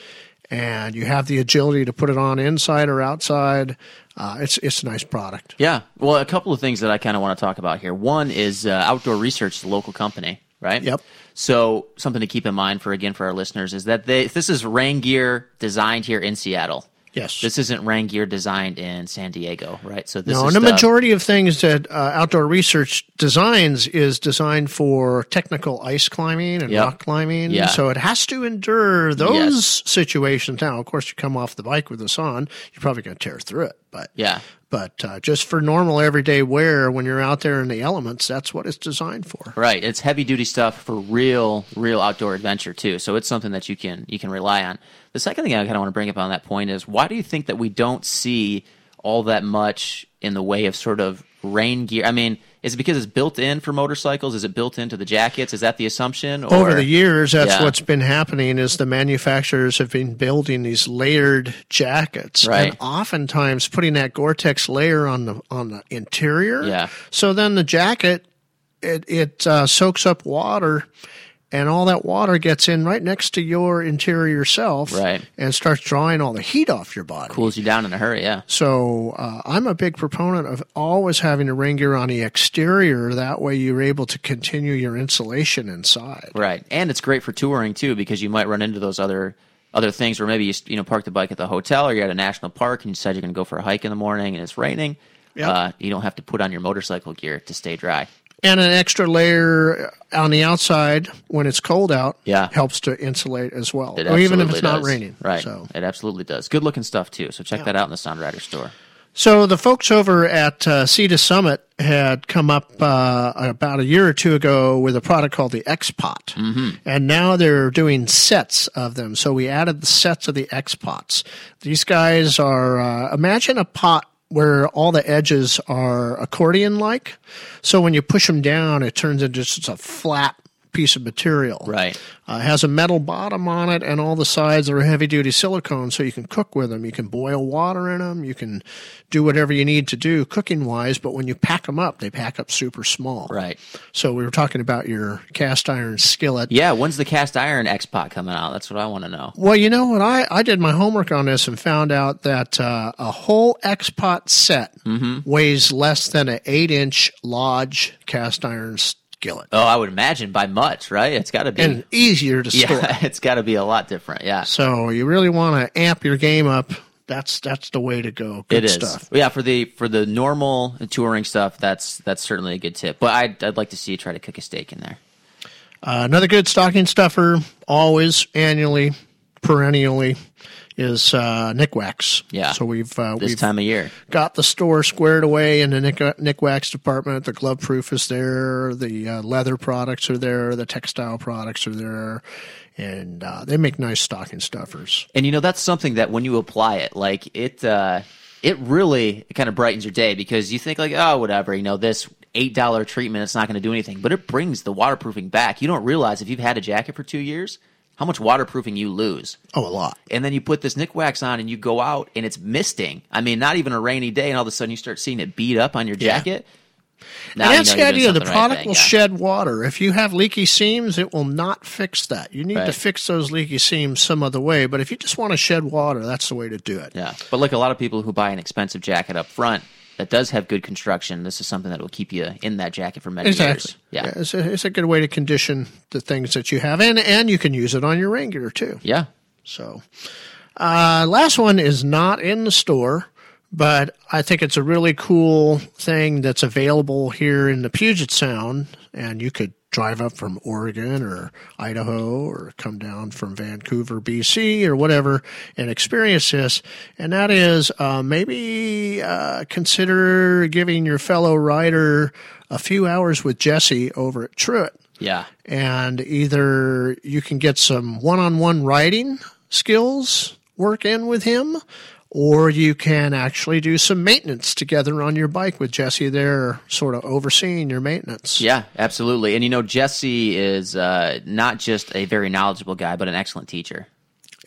and you have the agility to put it on inside or outside, uh, it's it's a nice product. Yeah. Well, a couple of things that I kind of want to talk about here. One is uh, Outdoor Research, the local company, right? Yep. So something to keep in mind for again for our listeners is that they, this is rain gear designed here in Seattle. Yes. This isn't rain gear designed in San Diego, right? So this No, is and the stuff- majority of things that uh, outdoor research designs is designed for technical ice climbing and Yep. rock climbing. Yeah. So it has to endure those Yes. situations. Now, of course, you come off the bike with this on, you're probably going to tear through it. But Yeah. but uh, just for normal everyday wear, when you're out there in the elements, that's what it's designed for. Right. It's heavy duty stuff for real, real outdoor adventure too. So it's something that you can you can rely on. The second thing I kind of want to bring up on that point is why do you think that we don't see all that much in the way of sort of rain gear? I mean, is it because it's built in for motorcycles? Is it built into the jackets? Is that the assumption? Or, Over the years, that's Yeah. what's been happening is the manufacturers have been building these layered jackets, Right. and oftentimes putting that Gore-Tex layer on the on the interior. Yeah. So then the jacket it it uh, soaks up water, and all that water gets in right next to your interior self, Right. and starts drawing all the heat off your body. cools you down in a hurry. Yeah. So uh, I'm a big proponent of always having a rain gear on the exterior. That way, you're able to continue your insulation inside. Right, and it's great for touring too because you might run into those other other things where maybe you you know park the bike at the hotel or you're at a national park and you decide you're going to go for a hike in the morning and it's raining. Yep. Uh, you don't have to put on your motorcycle gear to stay dry. and an extra layer on the outside when it's cold out Yeah. helps to insulate as well It or even if absolutely it's not does. raining Right, so it absolutely does. Good looking stuff too. So check that out in the Soundrider store. So the folks over at uh, Cedar Summit had come up uh, about a year or two ago with a product called the X-Pot. And now they're doing sets of them. So we added the sets of the X-Pots. These guys are, uh, imagine a pot where all the edges are accordion-like. So when you push them down, it turns into just a flat piece of material. Right. Uh, it has a metal bottom on it, and all the sides are heavy duty silicone, so you can cook with them. You can boil water in them. You can do whatever you need to do cooking wise, but when you pack them up, they pack up super small. Right. So we were talking about your cast iron skillet. Yeah. When's the cast iron X pot coming out? That's what I want to know. Well, you know what? I, I did my homework on this and found out that uh, a whole X pot set Mm-hmm. weighs less than an eight inch Lodge cast iron skillet Oh, I would imagine by much, right? It's got to be. and easier to (laughs) store. yeah, it's got to be a lot different. Yeah. So you really want to amp your game up. That's that's the way to go. It Good is, stuff. Uh, Yeah, for the for the normal touring stuff, that's that's certainly a good tip. But I'd I'd like to see you try to cook a steak in there. Uh, another good stocking stuffer, always, annually, perennially, is uh, Nick Wax. Yeah. So we've uh, this we've time of year. got the store squared away in the Nick, Nick Wax department. The glove proof is there. The uh, leather products are there. The textile products are there, and uh, they make nice stocking stuffers. And you know that's something that when you apply it, like it, uh, it really kind of brightens your day because you think like, oh, whatever, you know, this eight dollar treatment, it's not going to do anything, but it brings the waterproofing back. You don't realize if you've had a jacket for two years how much waterproofing you lose. Oh, a lot. And then you put this Nick Wax on and you go out and it's misting. I mean, not even a rainy day, and all of a sudden you start seeing it beat up on your Yeah. jacket. Now And you that's know you're the doing idea. The something right product thing, will yeah. shed water. If you have leaky seams, it will not fix that. You need to Right. fix those leaky seams some other way. But if you just want to shed water, that's the way to do it. Yeah, but like a lot of people who buy an expensive jacket up front that does have good construction, this is something that will keep you in that jacket for many Exactly. years. Yeah, yeah, it's, a, it's a good way to condition the things that you have, and and you can use it on your regular too. So, uh, last one is not in the store, but I think it's a really cool thing that's available here in the Puget Sound, and you could drive up from Oregon or Idaho or come down from Vancouver, BC or whatever and experience this. And that is uh, maybe uh, consider giving your fellow rider a few hours with Jesse over at Truett yeah. and either you can get some one-on-one writing skills work in with him or you can actually do some maintenance together on your bike with Jesse there sort of overseeing your maintenance. Yeah, absolutely. And you know, Jesse is uh, not just a very knowledgeable guy, but an excellent teacher.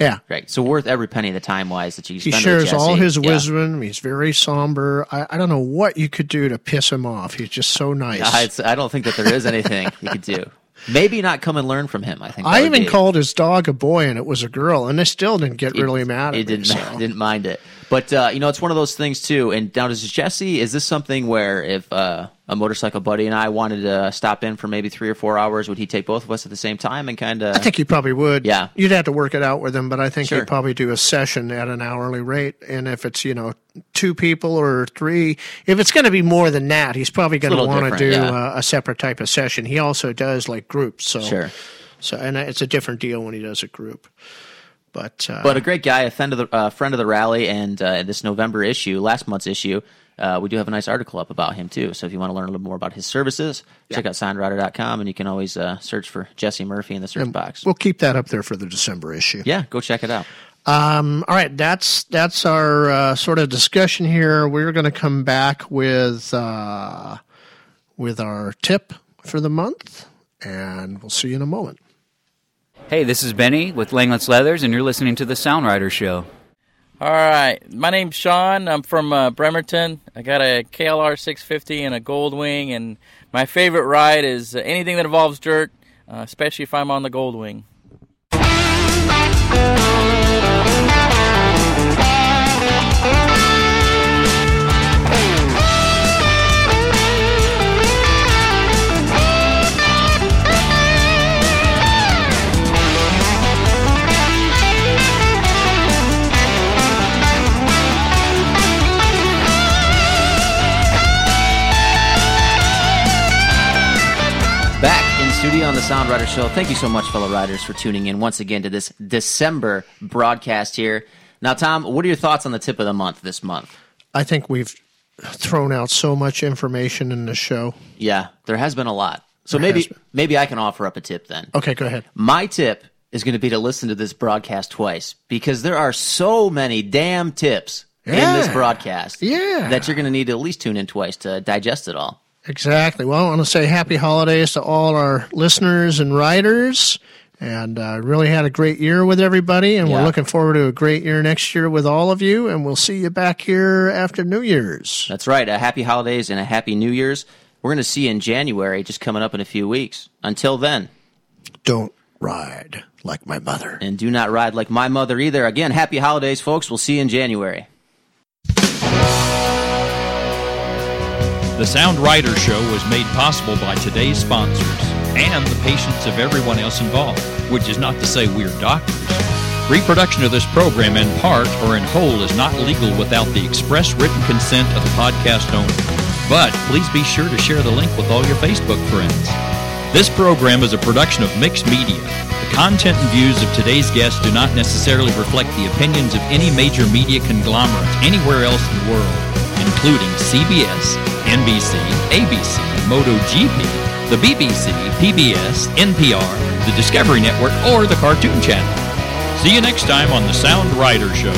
Yeah. Right. So worth every penny of the time wise that you He spend. with shares Jesse. all his Yeah. wisdom. He's very somber. I, I don't know what you could do to piss him off. He's just (laughs) so nice. Uh, it's- I don't think that there is anything you could (laughs) do. Maybe not come and learn from him. I think that I would even be- called his dog a boy and it was a girl, and they still didn't get really mad at It me. didn't (laughs) so. didn't mind it. But uh, you know, it's one of those things too. And now, does Jesse? Is this something where if uh, a motorcycle buddy and I wanted to stop in for maybe three or four hours, would he take both of us at the same time and kind of? I think he probably would. Yeah. You'd have to work it out with him, but I think Sure. he'd probably do a session at an hourly rate. And if it's, you know, two people or three, if it's going to be more than that, he's probably going to little want to do different, yeah. a, a separate type of session. He also does like groups. So, Sure. So, and it's a different deal when he does a group. But, uh, But a great guy, a friend of the uh, friend of the rally, and uh, this November issue, last month's issue, uh, we do have a nice article up about him too. So if you want to learn a little more about his services, check out signrider.com, and you can always uh, search for Jesse Murphy in the search box. we'll keep that up there for the December issue. Yeah, go check it out. Um, all right, that's that's our uh, sort of discussion here. We're going to come back with uh, with our tip for the month, and we'll see you in a moment. Hey, this is Benny with Langlet's Leathers, and you're listening to The Soundwriter Show. All right. My name's Sean. I'm from uh, Bremerton. I got a KLR 650 and a Goldwing, and my favorite ride is uh, anything that involves dirt, uh, especially if I'm on the Goldwing. Back in studio on the Sound Rider Show. Thank you so much, fellow riders, for tuning in once again to this December broadcast here. Now, Tom, what are your thoughts on the tip of the month this month? I think we've thrown out so much information in this show. Yeah, there has been a lot. So There maybe has maybe I can offer up a tip then. Okay, go ahead. My tip is going to be to listen to this broadcast twice because there are so many damn tips in this Yeah. broadcast. Yeah. That you're going to need to at least tune in twice to digest it all. Exactly. Well, I want to say happy holidays to all our listeners and writers. And uh, really had a great year with everybody, and we're Yeah. looking forward to a great year next year with all of you. And we'll see you back here after New Year's. That's right. A happy holidays and a happy New Year's. We're going to see you in January, just coming up in a few weeks. Until then, don't ride like my mother. And do not ride like my mother either. Again, happy holidays, folks. We'll see you in January. The Sound Writer Show was made possible by today's sponsors and the patience of everyone else involved, which is not to say we're doctors. Reproduction of this program in part or in whole is not legal without the express written consent of the podcast owner. But please be sure to share the link with all your Facebook friends. This program is a production of Mixed Media. The content and views of today's guests do not necessarily reflect the opinions of any major media conglomerate anywhere else in the world, including CBS, NBC, ABC, MotoGP, the BBC, PBS, NPR, the Discovery Network, or the Cartoon Channel. See you next time on The Sound Rider Show.